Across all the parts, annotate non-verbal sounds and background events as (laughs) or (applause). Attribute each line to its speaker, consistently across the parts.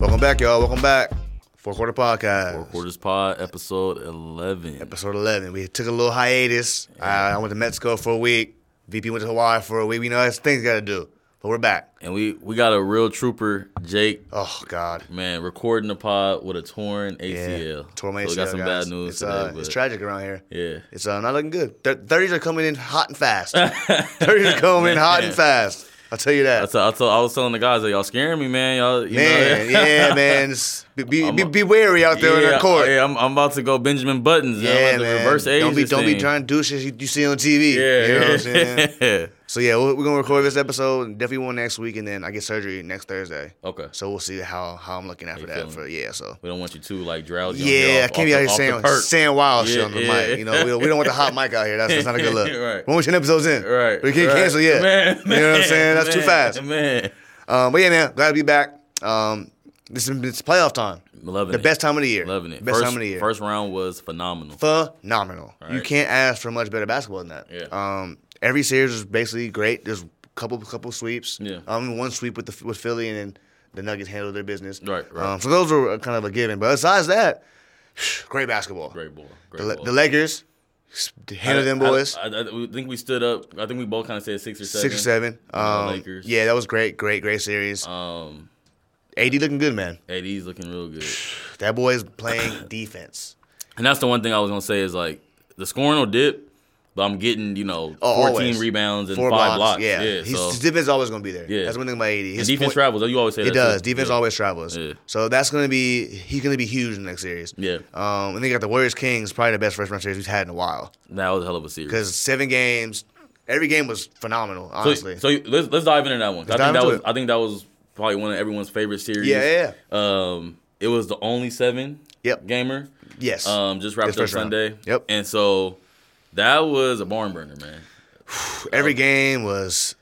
Speaker 1: y'all. Welcome back. Four Quarter Podcast.
Speaker 2: Four Quarters Pod, episode 11.
Speaker 1: Episode 11. We took a little hiatus. I, I went to Mexico for a week. VP went to Hawaii for a week. You know, it's things got to do. But we're back.
Speaker 2: And we, we got a real trooper, Jake,
Speaker 1: Oh, God.
Speaker 2: man, recording the pod with a torn ACL.
Speaker 1: Torn
Speaker 2: So we
Speaker 1: ACL,
Speaker 2: got some
Speaker 1: guys.
Speaker 2: bad news
Speaker 1: It's,
Speaker 2: today.
Speaker 1: uh,
Speaker 2: but
Speaker 1: it's tragic around here.
Speaker 2: Yeah. (laughs)
Speaker 1: It's uh, not looking good. Thir- 30s are coming in hot and fast. 30s are coming in hot and fast. I'll tell you that.
Speaker 2: That's I, told, I was telling the guys that y'all scaring me, man. Y'all, you
Speaker 1: man,
Speaker 2: know, (laughs)
Speaker 1: yeah, man. It's- Be, be,
Speaker 2: I'm
Speaker 1: be,
Speaker 2: a-
Speaker 1: be wary out there in
Speaker 2: Yeah,
Speaker 1: the court.
Speaker 2: yeah, I'm, I'm about to go Benjamin Buttons. Yeah,
Speaker 1: Yeah,
Speaker 2: the
Speaker 1: man.
Speaker 2: reverse age.
Speaker 1: don't be,
Speaker 2: this
Speaker 1: don't
Speaker 2: thing.
Speaker 1: be trying to do shit you, you see on TV.
Speaker 2: Yeah,
Speaker 1: You know what I'm saying?
Speaker 2: (laughs) yeah.
Speaker 1: So yeah, we're, we're gonna record this episode and definitely one next week, and then I get surgery next Thursday.
Speaker 2: Okay.
Speaker 1: So we'll see how how I'm looking after
Speaker 2: you
Speaker 1: that.
Speaker 2: feeling?
Speaker 1: For yeah, so
Speaker 2: We don't want you too like drowsy. on here
Speaker 1: yeah, I
Speaker 2: off-
Speaker 1: can't be
Speaker 2: off
Speaker 1: out here
Speaker 2: the- off the
Speaker 1: saying
Speaker 2: perk.
Speaker 1: saying wild shit
Speaker 2: Yeah,
Speaker 1: on the
Speaker 2: yeah.
Speaker 1: mic. You know, we, don't- we don't want the hot mic out here. That's, that's not a good look.
Speaker 2: (laughs) Right.
Speaker 1: We want your episodes in.
Speaker 2: Right.
Speaker 1: We can't
Speaker 2: right.
Speaker 1: cancel yet.
Speaker 2: Man,
Speaker 1: you know what I'm saying? That's too
Speaker 2: man,
Speaker 1: fast.
Speaker 2: Man.
Speaker 1: Um, but yeah, man, glad to be back. Um, this is it's playoff time.
Speaker 2: Loving
Speaker 1: The
Speaker 2: it.
Speaker 1: best time of the year.
Speaker 2: Loving it.
Speaker 1: Best
Speaker 2: first,
Speaker 1: time of the year.
Speaker 2: First round was phenomenal.
Speaker 1: phenomenal. You
Speaker 2: right.
Speaker 1: can't ask for much better basketball than that.
Speaker 2: Yeah.
Speaker 1: Um, every series was basically great. There's a couple couple sweeps.
Speaker 2: Yeah.
Speaker 1: Um, one sweep with the with Philly, and then the Nuggets handled their business.
Speaker 2: Right, right.
Speaker 1: Um, so those were kind of a given. But besides that, (sighs) great basketball.
Speaker 2: Great ball. Great
Speaker 1: The, Le-
Speaker 2: ball.
Speaker 1: the Lakers s- handled them
Speaker 2: I-
Speaker 1: boys.
Speaker 2: I, I, I think we stood up. I think we both kind of said six or seven.
Speaker 1: Six or seven. Um,
Speaker 2: Lakers.
Speaker 1: Yeah, that was great, great, great series.
Speaker 2: Um,
Speaker 1: AD looking good, man.
Speaker 2: AD's looking real good.
Speaker 1: That boy is playing (clears throat) defense.
Speaker 2: And that's the one thing I was gonna say is like the scoring will dip, but I'm getting you know 14
Speaker 1: Oh, always.
Speaker 2: rebounds and
Speaker 1: Four
Speaker 2: five
Speaker 1: blocks. Yeah, He's,
Speaker 2: so
Speaker 1: his defense is always going to be there.
Speaker 2: Yeah.
Speaker 1: That's one thing about AD. His
Speaker 2: and defense
Speaker 1: point-
Speaker 2: travels. Oh, You always say
Speaker 1: It
Speaker 2: that too.
Speaker 1: does. Defense
Speaker 2: Yeah.
Speaker 1: always travels.
Speaker 2: Yeah.
Speaker 1: So that's going to be he's going to be huge in the next series.
Speaker 2: Yeah.
Speaker 1: Um, and they got the Warriors Kings, probably the best first round series we've had in a while
Speaker 2: That was a hell of a series.
Speaker 1: because seven games, every game was phenomenal.
Speaker 2: So-
Speaker 1: Honestly,
Speaker 2: So, you- let's let's dive into that one. 'cause I
Speaker 1: dive
Speaker 2: think that
Speaker 1: into
Speaker 2: was
Speaker 1: it.
Speaker 2: I think that was probably one of everyone's favorite series.
Speaker 1: Yeah, yeah,
Speaker 2: Um, it was the only seven.
Speaker 1: Yep.
Speaker 2: Gamer.
Speaker 1: yes,
Speaker 2: Um, just wrapped
Speaker 1: This
Speaker 2: up
Speaker 1: first round.
Speaker 2: Sunday.
Speaker 1: Yep.
Speaker 2: And so that was a barn burner, man.
Speaker 1: every game was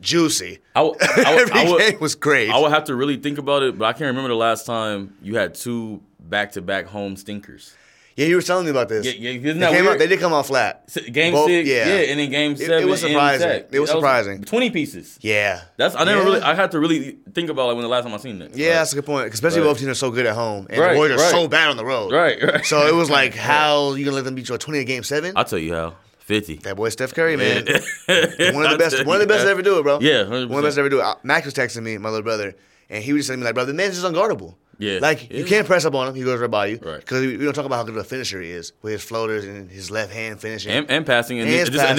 Speaker 1: juicy. (laughs)
Speaker 2: I, w- uh, (laughs) I w-
Speaker 1: every
Speaker 2: I would-
Speaker 1: game was great.
Speaker 2: I would have to really think about it, but I can't remember the last time you had two back to back home stinkers.
Speaker 1: yeah, you were telling me about this.
Speaker 2: Yeah, yeah, isn't
Speaker 1: they
Speaker 2: that
Speaker 1: came out.
Speaker 2: weird?
Speaker 1: They did come out flat.
Speaker 2: S- Game
Speaker 1: Both-
Speaker 2: six,
Speaker 1: yeah.
Speaker 2: yeah. and then game
Speaker 1: it
Speaker 2: seven.
Speaker 1: was
Speaker 2: and
Speaker 1: surprising.
Speaker 2: sack.
Speaker 1: It was
Speaker 2: That
Speaker 1: surprising.
Speaker 2: Twenty pieces.
Speaker 1: Yeah,
Speaker 2: That's I never
Speaker 1: Yeah.
Speaker 2: really. I had to really think about like when the last time I seen that.
Speaker 1: Yeah,
Speaker 2: Like,
Speaker 1: that's a good point. 'cause Especially
Speaker 2: Right.
Speaker 1: both teams are so good at home, and
Speaker 2: Right,
Speaker 1: the Warriors are
Speaker 2: right.
Speaker 1: so bad on the road.
Speaker 2: Right, (laughs) right.
Speaker 1: So it was like, how you gonna let them beat you a twenty a game seven?
Speaker 2: I'll tell you how. Fifty.
Speaker 1: That boy Steph Curry, man.
Speaker 2: (laughs)
Speaker 1: one of
Speaker 2: I'll
Speaker 1: the best.
Speaker 2: tell
Speaker 1: One of the
Speaker 2: you
Speaker 1: best
Speaker 2: that.
Speaker 1: to ever do it, bro.
Speaker 2: Yeah,
Speaker 1: one of
Speaker 2: 100%.
Speaker 1: the best to ever do it. I- Max was texting me, my little brother, and he was just telling me like, bro, the man's just unguardable.
Speaker 2: Yeah.
Speaker 1: like you
Speaker 2: Yeah.
Speaker 1: can't press up on him. He goes right by you.
Speaker 2: Right.
Speaker 1: Because we, we don't talk about how good of a finisher he is with his floaters and his left hand finishing.
Speaker 2: And, and passing and,
Speaker 1: And
Speaker 2: just
Speaker 1: it's passing.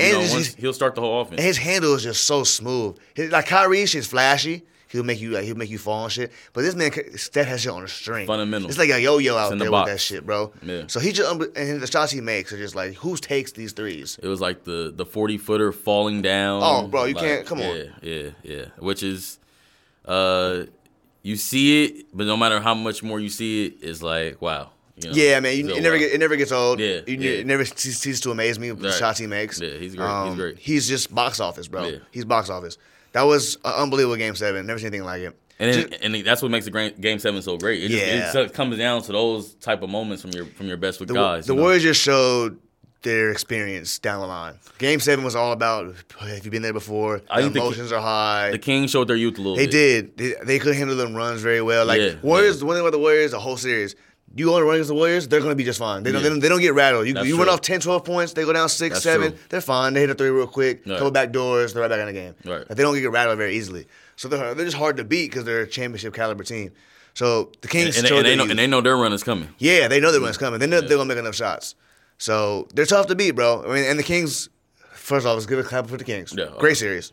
Speaker 1: And
Speaker 2: You know,
Speaker 1: it's
Speaker 2: once
Speaker 1: just-
Speaker 2: he'll start the whole offense.
Speaker 1: And his handle is just so smooth. His, like Kyrie, shit's flashy. He'll make you like he'll make you fall and shit. But this man Steph has shit on a string.
Speaker 2: Fundamental.
Speaker 1: It's like a yo-yo out
Speaker 2: in the
Speaker 1: there with
Speaker 2: box.
Speaker 1: that shit, bro.
Speaker 2: Yeah.
Speaker 1: So he just unbe- and the shots he makes are just like who takes these threes?
Speaker 2: It was like the the forty footer falling down.
Speaker 1: Oh, bro, you
Speaker 2: Like,
Speaker 1: can't- come on.
Speaker 2: Yeah, yeah, yeah. Which is, uh, you see it, but no matter how much more you see it, it's like wow. You know,
Speaker 1: Yeah, man, you,
Speaker 2: still
Speaker 1: it never
Speaker 2: wow.
Speaker 1: get, it never gets old.
Speaker 2: Yeah,
Speaker 1: You-
Speaker 2: yeah.
Speaker 1: it never ce- ceases to amaze me with the
Speaker 2: Right.
Speaker 1: shots he makes. Um,
Speaker 2: Yeah, he's great, he's great.
Speaker 1: He's just box office, bro.
Speaker 2: Yeah.
Speaker 1: He's box office. That was an unbelievable game seven. Never seen anything like it.
Speaker 2: And
Speaker 1: Just-
Speaker 2: then, and then that's what makes the gra- game seven so great. It just,
Speaker 1: Yeah.
Speaker 2: it just comes down to those type of moments from your from your best with
Speaker 1: the,
Speaker 2: guys.
Speaker 1: the
Speaker 2: you know?
Speaker 1: Warriors just showed their experience down the line. Game seven was all about have you been there before?
Speaker 2: I
Speaker 1: The
Speaker 2: think the-
Speaker 1: emotions are high.
Speaker 2: the Kings showed their youth a little.
Speaker 1: They
Speaker 2: bit.
Speaker 1: did. They, they could handle them runs very well. Like
Speaker 2: Yeah,
Speaker 1: Warriors, the one thing about the Warriors, the whole series. You want to run against the Warriors, they're going to be just fine. They don't, they don't. They don't get rattled. You,
Speaker 2: That's
Speaker 1: you run
Speaker 2: true.
Speaker 1: off 10, 12 points, they go down six,
Speaker 2: That's
Speaker 1: seven.
Speaker 2: true.
Speaker 1: They're fine. They hit a three real quick,
Speaker 2: Right.
Speaker 1: couple back doors, they're right back in the game.
Speaker 2: Right.
Speaker 1: Like, they don't get rattled very easily. So they're, they're just hard to beat because they're a championship caliber team. So the Kings
Speaker 2: And, they-
Speaker 1: showed
Speaker 2: and they
Speaker 1: their
Speaker 2: know,
Speaker 1: youth.
Speaker 2: and they know their run is coming.
Speaker 1: Yeah, they know the run's coming. They know they're gonna make enough shots. So they're tough to beat, bro. I mean, and the Kings. First off, let's give a clap for the Kings.
Speaker 2: Yeah, okay.
Speaker 1: great series.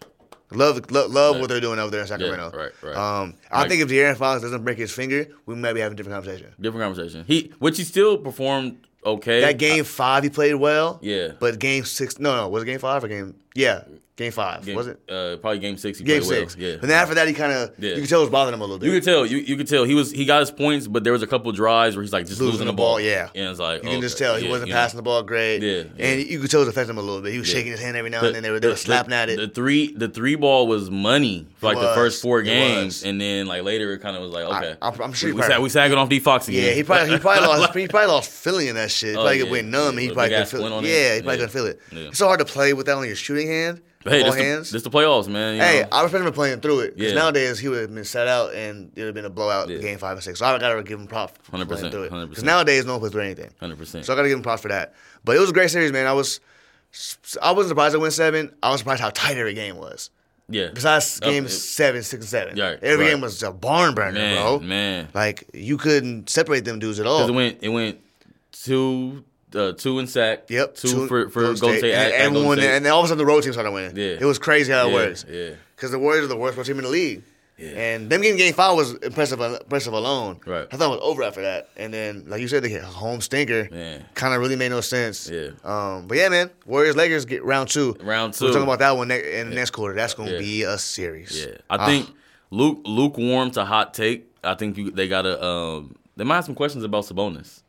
Speaker 1: Love, love, love what they're doing over there in Sacramento.
Speaker 2: right, right.
Speaker 1: Um, I
Speaker 2: Like-
Speaker 1: think if De'Aaron Fox doesn't break his finger, we might be having a different conversation.
Speaker 2: Different conversation. He, which he still performed okay.
Speaker 1: That game five, he played well.
Speaker 2: Yeah.
Speaker 1: But game six, no, no, was it game five or game? Yeah, game five.
Speaker 2: Game-
Speaker 1: was it
Speaker 2: uh, probably game six? He
Speaker 1: game
Speaker 2: played
Speaker 1: six?
Speaker 2: Well. Yeah.
Speaker 1: And then after that, he kind of
Speaker 2: Yeah.
Speaker 1: you can tell it was bothering him a little bit.
Speaker 2: You could tell. You, you could tell he was he got his points, but there was a couple drives where he's like just
Speaker 1: Losing
Speaker 2: losing,
Speaker 1: the
Speaker 2: the
Speaker 1: ball,
Speaker 2: ball.
Speaker 1: yeah.
Speaker 2: and it's like
Speaker 1: You can just
Speaker 2: okay,
Speaker 1: tell he
Speaker 2: yeah,
Speaker 1: wasn't
Speaker 2: you know.
Speaker 1: passing the ball great.
Speaker 2: Yeah,
Speaker 1: And you could tell it was affecting him a little bit. He was shaking his hand every now and then. They were, they were slapping at it.
Speaker 2: The three the three ball was money for like the
Speaker 1: was.
Speaker 2: first four
Speaker 1: It was.
Speaker 2: games, and then like later it kind of was like okay,
Speaker 1: I'm- I'm sure
Speaker 2: we,
Speaker 1: he
Speaker 2: we,
Speaker 1: probably-
Speaker 2: sag, we sagging off D Fox again.
Speaker 1: Yeah, he
Speaker 2: (laughs)
Speaker 1: probably he probably lost he probably lost feeling in that shit. He
Speaker 2: Oh,
Speaker 1: probably
Speaker 2: yeah,
Speaker 1: went numb.
Speaker 2: yeah,
Speaker 1: and he
Speaker 2: with
Speaker 1: probably
Speaker 2: big
Speaker 1: couldn't
Speaker 2: ass
Speaker 1: feel.
Speaker 2: splint
Speaker 1: It.
Speaker 2: on
Speaker 1: Yeah,
Speaker 2: it.
Speaker 1: he probably
Speaker 2: Yeah.
Speaker 1: couldn't feel it.
Speaker 2: Yeah.
Speaker 1: It's so hard to play with that on your shooting hand.
Speaker 2: Hey,
Speaker 1: all
Speaker 2: this
Speaker 1: hands.
Speaker 2: The, this the playoffs, man. you
Speaker 1: hey,
Speaker 2: know.
Speaker 1: I respect him for playing through it. Because
Speaker 2: Yeah.
Speaker 1: nowadays he would have been set out and it would have been a blowout
Speaker 2: Yeah.
Speaker 1: game five and six. So I gotta give him props for
Speaker 2: 100%,
Speaker 1: playing through it.
Speaker 2: 100%.
Speaker 1: Because nowadays no one plays through anything.
Speaker 2: 100%.
Speaker 1: So I gotta give him props for that. But it was a great series, man. I was I wasn't surprised I went seven. I was surprised how tight every game was.
Speaker 2: yeah.
Speaker 1: Besides
Speaker 2: Up-
Speaker 1: games seven, six, and seven.
Speaker 2: Yeah,
Speaker 1: every
Speaker 2: Oh, right.
Speaker 1: game was a barn burner,
Speaker 2: man,
Speaker 1: bro. Oh.
Speaker 2: man.
Speaker 1: Like you couldn't separate them dudes at
Speaker 2: 'Cause
Speaker 1: all.
Speaker 2: it went it went two uh, two in sack.
Speaker 1: Yep.
Speaker 2: Two, for for Golden State. at-
Speaker 1: and
Speaker 2: at Golden
Speaker 1: everyone,
Speaker 2: State.
Speaker 1: and then all of a sudden the road team started winning.
Speaker 2: Yeah.
Speaker 1: it was crazy how it
Speaker 2: yeah,
Speaker 1: works.
Speaker 2: Yeah.
Speaker 1: Because the Warriors are the worst road team in the league.
Speaker 2: Yeah.
Speaker 1: And them getting game five was impressive, impressive alone.
Speaker 2: Right.
Speaker 1: I thought it was over after that. And then, like you said, they hit a home stinker.
Speaker 2: Man.
Speaker 1: Kind of really made no sense.
Speaker 2: Yeah.
Speaker 1: Um, but yeah, man, Warriors Lakers get round two.
Speaker 2: Round
Speaker 1: We're
Speaker 2: two.
Speaker 1: talking about that one ne- in the next quarter. That's going to
Speaker 2: Yeah.
Speaker 1: be a series.
Speaker 2: Yeah. I think Luke lukewarm to hot take. I think you, they gotta um they might have some questions about Sabonis this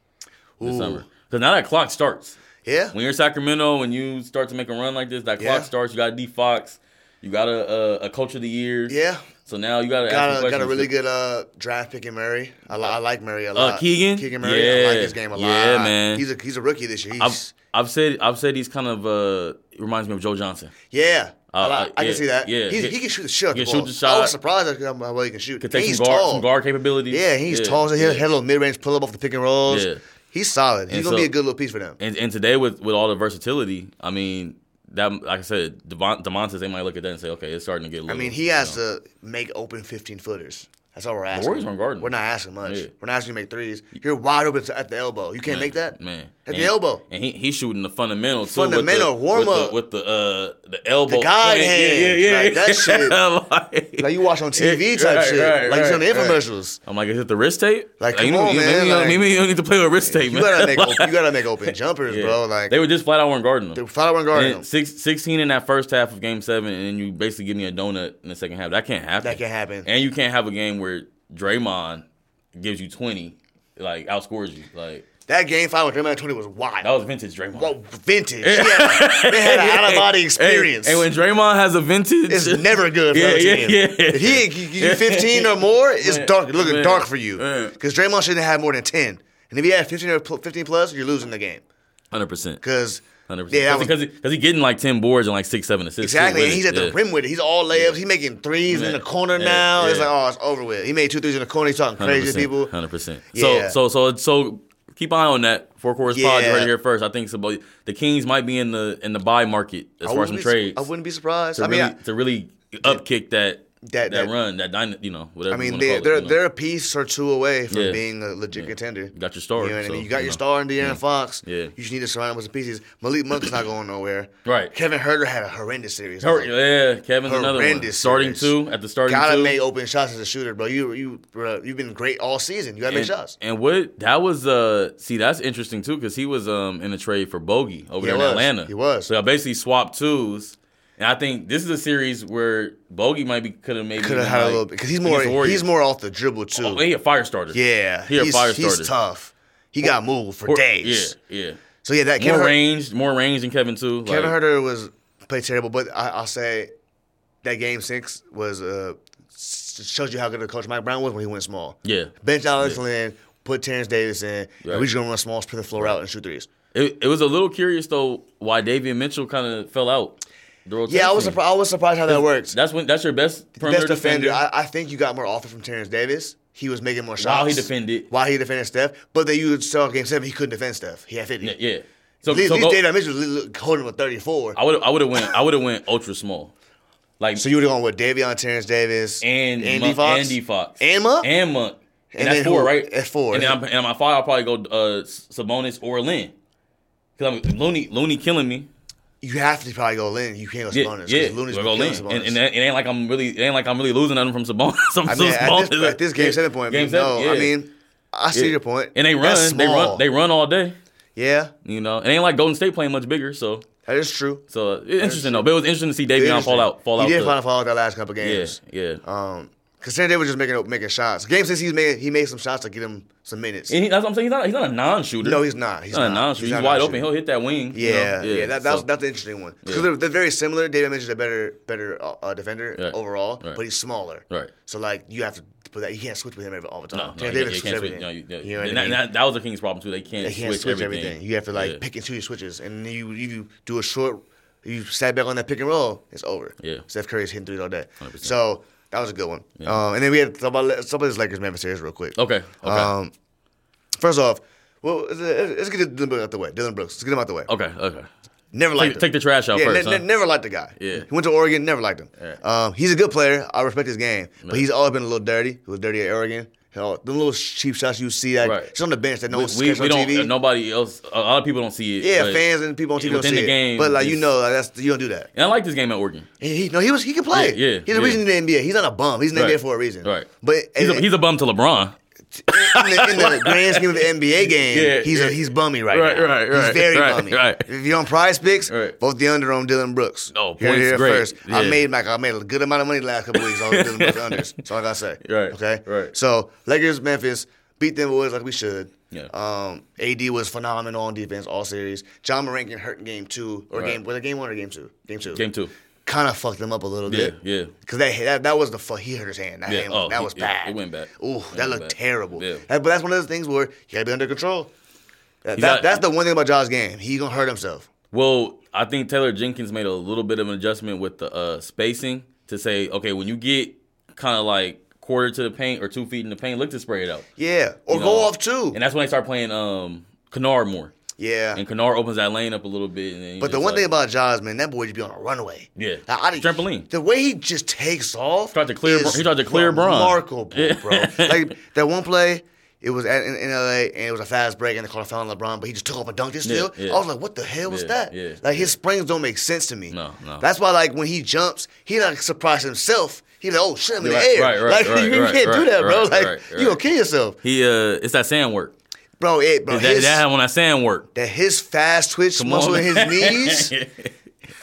Speaker 1: Ah, Ooh.
Speaker 2: summer. Because now that clock starts.
Speaker 1: Yeah.
Speaker 2: When you're in Sacramento and you start to make a run like this, that clock
Speaker 1: Yeah.
Speaker 2: starts. You got D Fox. You got a, a, a coach of the year.
Speaker 1: Yeah.
Speaker 2: So now you got to ask
Speaker 1: Got
Speaker 2: some
Speaker 1: a, got a
Speaker 2: questions.
Speaker 1: really good uh, draft pick in Murray. I, li- I like Murray a lot.
Speaker 2: Uh, Keegan?
Speaker 1: Keegan Murray. I like
Speaker 2: Yeah.
Speaker 1: his game a lot.
Speaker 2: Yeah, man.
Speaker 1: He's a he's a rookie this year.
Speaker 2: I've
Speaker 1: He's,
Speaker 2: I've said I've said he's kind of uh it reminds me of Joe Johnson.
Speaker 1: yeah. I,
Speaker 2: Uh,
Speaker 1: li-
Speaker 2: uh,
Speaker 1: I
Speaker 2: yeah,
Speaker 1: can see that.
Speaker 2: yeah.
Speaker 1: He's,
Speaker 2: He-
Speaker 1: he can shoot the shit. out
Speaker 2: he
Speaker 1: the
Speaker 2: can shoot
Speaker 1: ball.
Speaker 2: the
Speaker 1: I
Speaker 2: shot.
Speaker 1: was surprised at how well he can shoot.
Speaker 2: Could take
Speaker 1: And he's
Speaker 2: some guard
Speaker 1: tall.
Speaker 2: some guard capabilities.
Speaker 1: Yeah, he's tall. So he had a little mid range pull up off the pick and rolls.
Speaker 2: Yeah.
Speaker 1: He's solid. He's
Speaker 2: And
Speaker 1: gonna
Speaker 2: so-
Speaker 1: be a good little piece for them.
Speaker 2: And and today with with all the versatility, I mean that like I said, Devon, Demontis, they might look at that and say, okay, it's starting to get. A
Speaker 1: I
Speaker 2: little,
Speaker 1: mean, he has to make open fifteen footers. That's all we're asking.
Speaker 2: Warriors aren't guarding
Speaker 1: We're
Speaker 2: him.
Speaker 1: not asking much.
Speaker 2: Yeah.
Speaker 1: We're not asking you to make threes. You're wide open to, at the elbow. You can't make that.
Speaker 2: man
Speaker 1: At the
Speaker 2: And-
Speaker 1: elbow.
Speaker 2: And he he's shooting the fundamental too.
Speaker 1: Fundamental,
Speaker 2: with the,
Speaker 1: warm-up.
Speaker 2: with the, with the uh the elbow,
Speaker 1: The guide
Speaker 2: Yeah,
Speaker 1: hands, like that
Speaker 2: (laughs)
Speaker 1: shit.
Speaker 2: Like-
Speaker 1: Like you watch on TV type
Speaker 2: Right,
Speaker 1: shit.
Speaker 2: right,
Speaker 1: like you see on the
Speaker 2: right, right.
Speaker 1: infomercials.
Speaker 2: I'm like, is it the wrist tape?
Speaker 1: Like,
Speaker 2: you
Speaker 1: come
Speaker 2: know,
Speaker 1: on,
Speaker 2: you,
Speaker 1: man,
Speaker 2: Maybe, you don't-
Speaker 1: like-
Speaker 2: maybe you don't need to play with wrist tape.
Speaker 1: You
Speaker 2: man.
Speaker 1: gotta make
Speaker 2: (laughs) Like,
Speaker 1: open, you gotta make open jumpers,
Speaker 2: yeah.
Speaker 1: bro. Like
Speaker 2: they were just flat out weren't guarding them.
Speaker 1: flat out weren't guarding
Speaker 2: And
Speaker 1: him.
Speaker 2: six, 16 in that first half of game seven, and then you basically give me a donut in the second half. That can't happen.
Speaker 1: That can't happen.
Speaker 2: And you can't have a game where Draymond gives you 20, like outscores you. Like
Speaker 1: That game five with Draymond Twenty was
Speaker 2: that
Speaker 1: wild.
Speaker 2: was vintage Draymond.
Speaker 1: Whoa, vintage. Yeah. they
Speaker 2: (laughs)
Speaker 1: had an out of body experience.
Speaker 2: And, when Draymond has a vintage, (laughs)
Speaker 1: It's never good for
Speaker 2: Yeah,
Speaker 1: the
Speaker 2: yeah,
Speaker 1: team.
Speaker 2: yeah.
Speaker 1: If he ain't give
Speaker 2: (laughs)
Speaker 1: you 15 or more, it's
Speaker 2: Man,
Speaker 1: dark. Looking
Speaker 2: man,
Speaker 1: dark for you.
Speaker 2: man.
Speaker 1: Because Draymond shouldn't have more than 10. And if he had 15 or pl- 15 plus, you're losing the game.
Speaker 2: 100%.
Speaker 1: Because
Speaker 2: 100%.
Speaker 1: Yeah, that was-
Speaker 2: because because he, getting like 10 boards and like six, seven assists. too
Speaker 1: exactly,
Speaker 2: with
Speaker 1: and
Speaker 2: it.
Speaker 1: he's at the
Speaker 2: Yeah.
Speaker 1: rim with it. He's all layups. He's making threes in
Speaker 2: Yeah.
Speaker 1: the corner
Speaker 2: Yeah,
Speaker 1: now. It's
Speaker 2: yeah.
Speaker 1: like, oh, it's over with. He made two threes in the corner. He's talking crazy to people.
Speaker 2: Hundred percent.
Speaker 1: Yeah.
Speaker 2: So so so so keep an eye on that four quarters pod. You
Speaker 1: Yeah.
Speaker 2: heard it here first. I think Sabo- the Kings might be in the in the buy market as
Speaker 1: I
Speaker 2: far as
Speaker 1: wouldn't
Speaker 2: some
Speaker 1: be-
Speaker 2: trades.
Speaker 1: I wouldn't be surprised.
Speaker 2: to
Speaker 1: I mean,
Speaker 2: really, to really upkick that
Speaker 1: That-
Speaker 2: that,
Speaker 1: that-
Speaker 2: run that dyna, you know whatever.
Speaker 1: I, I mean,
Speaker 2: you
Speaker 1: they,
Speaker 2: wanna
Speaker 1: they're
Speaker 2: call it, you know.
Speaker 1: they're a piece or two away from
Speaker 2: Yeah.
Speaker 1: being a legit contender.
Speaker 2: You got your star.
Speaker 1: You know what I
Speaker 2: so,
Speaker 1: mean? You got your
Speaker 2: know.
Speaker 1: star in De'Aaron Fox.
Speaker 2: Yeah.
Speaker 1: You just need to surround him with some pieces. Malik Monk's not going nowhere.
Speaker 2: Right.
Speaker 1: Kevin Herter had a horrendous series.
Speaker 2: Her- yeah, Kevin's another one.
Speaker 1: Horrendous
Speaker 2: Starting
Speaker 1: series.
Speaker 2: two at the starting
Speaker 1: Gotta
Speaker 2: two.
Speaker 1: make open shots as a shooter, bro. You you bro, you've been great all season. You gotta
Speaker 2: and,
Speaker 1: make shots.
Speaker 2: and what that was uh see that's interesting too because he was um in a trade for Bogey over
Speaker 1: He
Speaker 2: there in
Speaker 1: was.
Speaker 2: Atlanta.
Speaker 1: He was.
Speaker 2: So I basically swapped twos. And I think this is a series where Bogey might be could have maybe
Speaker 1: Could have
Speaker 2: been
Speaker 1: had a
Speaker 2: like-
Speaker 1: little bit because he's
Speaker 2: against the
Speaker 1: more
Speaker 2: Warriors.
Speaker 1: he's more off the dribble too.
Speaker 2: Oh, he a fire starter.
Speaker 1: yeah,
Speaker 2: he a
Speaker 1: he's,
Speaker 2: fire
Speaker 1: he's
Speaker 2: starter.
Speaker 1: tough. He got moved for
Speaker 2: Or-
Speaker 1: days.
Speaker 2: Yeah, yeah.
Speaker 1: So yeah, that
Speaker 2: More
Speaker 1: Kevin, Her-
Speaker 2: range, more range than Kevin too.
Speaker 1: Kevin
Speaker 2: like,
Speaker 1: Herter was played terrible, but I, I'll say that game six was uh s- shows you how good a coach Mike Brown was when he went small.
Speaker 2: Yeah.
Speaker 1: bench Alex Lynn, put Terrence Davis in,
Speaker 2: Right.
Speaker 1: and we just gonna run small, spread the floor out, and shoot threes.
Speaker 2: It, it was a little curious though why Davian Mitchell kind of fell out. the
Speaker 1: Yeah, I was
Speaker 2: rotation.
Speaker 1: surprised. I was surprised how that works.
Speaker 2: That's when that's your best perimeter
Speaker 1: Best defender. I, I think you got more offense from Terrence Davis. He was making more shots
Speaker 2: While he defended.
Speaker 1: While he defended Steph, but then you saw game seven, he couldn't defend Steph. He had fifty.
Speaker 2: yeah, yeah. So,
Speaker 1: At least,
Speaker 2: so
Speaker 1: at
Speaker 2: go-
Speaker 1: least David Mitchell li- li- holding him with thirty-four.
Speaker 2: I would I would have went I would have went ultra small, like
Speaker 1: So you would have gone with Davion, Terrence Davis,
Speaker 2: and
Speaker 1: Andy
Speaker 2: Monk,
Speaker 1: Fox,
Speaker 2: Andy Fox,
Speaker 1: and Monk?
Speaker 2: and Monk, and,
Speaker 1: And
Speaker 2: that's
Speaker 1: then
Speaker 2: four,
Speaker 1: who-
Speaker 2: right?
Speaker 1: that's four.
Speaker 2: And then I'm, and my five, I'll probably go uh, Sabonis or Lynn, because I'm Looney Looney killing me.
Speaker 1: You have to probably go Lynn. You can't go
Speaker 2: Yeah,
Speaker 1: Sabonis. 'cause
Speaker 2: yeah.
Speaker 1: Looney's
Speaker 2: We'll
Speaker 1: been
Speaker 2: go
Speaker 1: killing
Speaker 2: Lynn.
Speaker 1: Sabonis.
Speaker 2: And, and that- it ain't like I'm really it ain't like I'm really losing nothing from Sabonis. (laughs) I'm
Speaker 1: I
Speaker 2: still
Speaker 1: mean, at this,
Speaker 2: Sabonis.
Speaker 1: at this game
Speaker 2: Yeah.
Speaker 1: seven point,
Speaker 2: Game seven,
Speaker 1: no,
Speaker 2: yeah.
Speaker 1: I mean, I see
Speaker 2: Yeah.
Speaker 1: your point.
Speaker 2: and they run,
Speaker 1: That's
Speaker 2: they
Speaker 1: small.
Speaker 2: run, they run all day.
Speaker 1: yeah,
Speaker 2: You know, it ain't like Golden State playing much bigger. So,
Speaker 1: that is true.
Speaker 2: so uh, interesting though. But it was interesting to see Davion fall out, fall
Speaker 1: he
Speaker 2: out.
Speaker 1: did
Speaker 2: the-
Speaker 1: fall fall out that last couple
Speaker 2: yeah,
Speaker 1: games.
Speaker 2: yeah.
Speaker 1: Um, because San Diego was just making making shots. Game six, he's made he made some shots to get him some minutes.
Speaker 2: And he, that's what I'm saying. He's not, he's not a non-shooter.
Speaker 1: No, he's not. He's
Speaker 2: not,
Speaker 1: not.
Speaker 2: a non-shooter. He's,
Speaker 1: not a
Speaker 2: wide open.
Speaker 1: non-shooter.
Speaker 2: He'll hit that wing. you
Speaker 1: Yeah,
Speaker 2: know?
Speaker 1: yeah, that, that's
Speaker 2: So-
Speaker 1: that's the interesting one because
Speaker 2: Yeah.
Speaker 1: they're, they're very similar. David Mitchell's a better better uh, uh, defender
Speaker 2: Right.
Speaker 1: overall,
Speaker 2: Right.
Speaker 1: but he's smaller.
Speaker 2: Right.
Speaker 1: So like you have to put that. You can't switch with him every, all the time.
Speaker 2: No, no,
Speaker 1: Terry
Speaker 2: you-
Speaker 1: Davis
Speaker 2: you
Speaker 1: switches
Speaker 2: can't switch-
Speaker 1: everything.
Speaker 2: no, you- yeah.
Speaker 1: You know what
Speaker 2: And
Speaker 1: I
Speaker 2: that,
Speaker 1: mean?
Speaker 2: that- that was the King's problem too. They can't,
Speaker 1: They can't switch, everything. You have to like
Speaker 2: Yeah.
Speaker 1: pick and choose your switches, and you you do- do a short You sat back on that pick and roll, it's over.
Speaker 2: Yeah.
Speaker 1: Steph Curry is hitting threes all day.
Speaker 2: 100%.
Speaker 1: So that was a good one. Um, and then we had some about some of this Lakers Memphis series real quick.
Speaker 2: Oh, Okay. Okay.
Speaker 1: Um, first off, well, let's get Dylan Brooks out the way. Dylan Brooks, let's get him out the way.
Speaker 2: okay. Okay.
Speaker 1: Never liked him.
Speaker 2: Take the trash out
Speaker 1: yeah,
Speaker 2: first.
Speaker 1: ne-
Speaker 2: huh?
Speaker 1: ne- never liked the guy.
Speaker 2: Yeah.
Speaker 1: He went to Oregon, never liked him.
Speaker 2: Alright.
Speaker 1: Um, he's a good player. I respect his game, but he's always been a little dirty. He was dirty at Oregon. Hell, the little cheap shots you see that
Speaker 2: Right.
Speaker 1: just on the bench that no one's
Speaker 2: we,
Speaker 1: on
Speaker 2: we don't.
Speaker 1: TV.
Speaker 2: Nobody else. A lot of people don't see it.
Speaker 1: yeah,
Speaker 2: but-
Speaker 1: fans and people on TV don't
Speaker 2: within
Speaker 1: see
Speaker 2: the game,
Speaker 1: it. But like you
Speaker 2: it's-
Speaker 1: know, like, that's you don't do that.
Speaker 2: And I like this game at Oregon.
Speaker 1: He, he- no, he was he can play.
Speaker 2: Yeah, yeah,
Speaker 1: he's a
Speaker 2: yeah.
Speaker 1: reason in the NBA. He's not a bum. He's in the
Speaker 2: Right.
Speaker 1: NBA for a reason.
Speaker 2: Right.
Speaker 1: But
Speaker 2: He's a, he's a bum to LeBron.
Speaker 1: in, the, in
Speaker 2: (laughs)
Speaker 1: the grand scheme of the NBA game,
Speaker 2: Yeah,
Speaker 1: he's
Speaker 2: yeah.
Speaker 1: a, he's bummy right,
Speaker 2: Right,
Speaker 1: now.
Speaker 2: right, right,
Speaker 1: He's very
Speaker 2: right,
Speaker 1: bummy.
Speaker 2: right.
Speaker 1: If you're on Prize Picks,
Speaker 2: Right.
Speaker 1: both the under on Dylan Brooks.
Speaker 2: No,
Speaker 1: Heard it
Speaker 2: points
Speaker 1: here
Speaker 2: great.
Speaker 1: First. I
Speaker 2: Yeah.
Speaker 1: made like I made a good amount of money the last couple of weeks on Dylan
Speaker 2: (laughs)
Speaker 1: Brooks unders. That's all I gotta say.
Speaker 2: Right,
Speaker 1: Okay.
Speaker 2: right.
Speaker 1: So Lakers, Memphis beat them boys like we should.
Speaker 2: Yeah.
Speaker 1: Um, AD was phenomenal on defense all series. John Moran can hurt in game two or
Speaker 2: Right.
Speaker 1: game was it game one or game two? Game two.
Speaker 2: Game two.
Speaker 1: Kind of fucked them up a little
Speaker 2: Yeah,
Speaker 1: bit.
Speaker 2: yeah.
Speaker 1: Because that, that that was the fuck he hurt his hand. That,
Speaker 2: Yeah,
Speaker 1: hand,
Speaker 2: oh,
Speaker 1: that
Speaker 2: he-
Speaker 1: was
Speaker 2: it-
Speaker 1: bad.
Speaker 2: it went bad.
Speaker 1: Ooh,
Speaker 2: It
Speaker 1: that
Speaker 2: went
Speaker 1: looked
Speaker 2: bad.
Speaker 1: terrible.
Speaker 2: Yeah.
Speaker 1: That- but that's one of those things where you gotta be under control. That,
Speaker 2: got-
Speaker 1: that- that's the one thing about Josh's game. He gonna hurt himself.
Speaker 2: Well, I think Taylor Jenkins made a little bit of an adjustment with the uh, spacing to say, okay, when you get kind of like quarter to the paint or two feet in the paint, look to spray it out.
Speaker 1: Yeah, or
Speaker 2: You
Speaker 1: go
Speaker 2: know,
Speaker 1: off too.
Speaker 2: And that's when they start playing um Kennard more.
Speaker 1: yeah.
Speaker 2: And Kennard opens that lane up a little bit. And then he
Speaker 1: but the
Speaker 2: just
Speaker 1: one
Speaker 2: like-
Speaker 1: thing about Josh, man, that boy just be on a runway.
Speaker 2: Yeah.
Speaker 1: Now, I didn't-
Speaker 2: Trampoline.
Speaker 1: The way he just takes off.
Speaker 2: Tried to clear
Speaker 1: is
Speaker 2: Bron- he tried to clear Bron.
Speaker 1: Remarkable,
Speaker 2: Yeah. (laughs)
Speaker 1: bro. like that one play, it was at, in, in LA and it was a fast break and they called a foul on LeBron, but he just took off a dunk and still.
Speaker 2: yeah.
Speaker 1: I was like, what the hell was
Speaker 2: Yeah,
Speaker 1: that?
Speaker 2: yeah,
Speaker 1: like his springs don't make sense to me.
Speaker 2: No, no.
Speaker 1: That's why like when he jumps, he like surprised himself. He like, oh shit, I'm in
Speaker 2: Right,
Speaker 1: the air.
Speaker 2: right, right,
Speaker 1: like (laughs)
Speaker 2: right,
Speaker 1: you
Speaker 2: right,
Speaker 1: can't do
Speaker 2: right,
Speaker 1: that, bro.
Speaker 2: right,
Speaker 1: like
Speaker 2: right,
Speaker 1: you
Speaker 2: right.
Speaker 1: gonna kill yourself.
Speaker 2: he uh, it's that sand work.
Speaker 1: Bro, it bro,
Speaker 2: That,
Speaker 1: Oh, his,
Speaker 2: that one that sand work.
Speaker 1: that his fast twitch muscle in his
Speaker 2: (laughs)
Speaker 1: knees.
Speaker 2: yeah,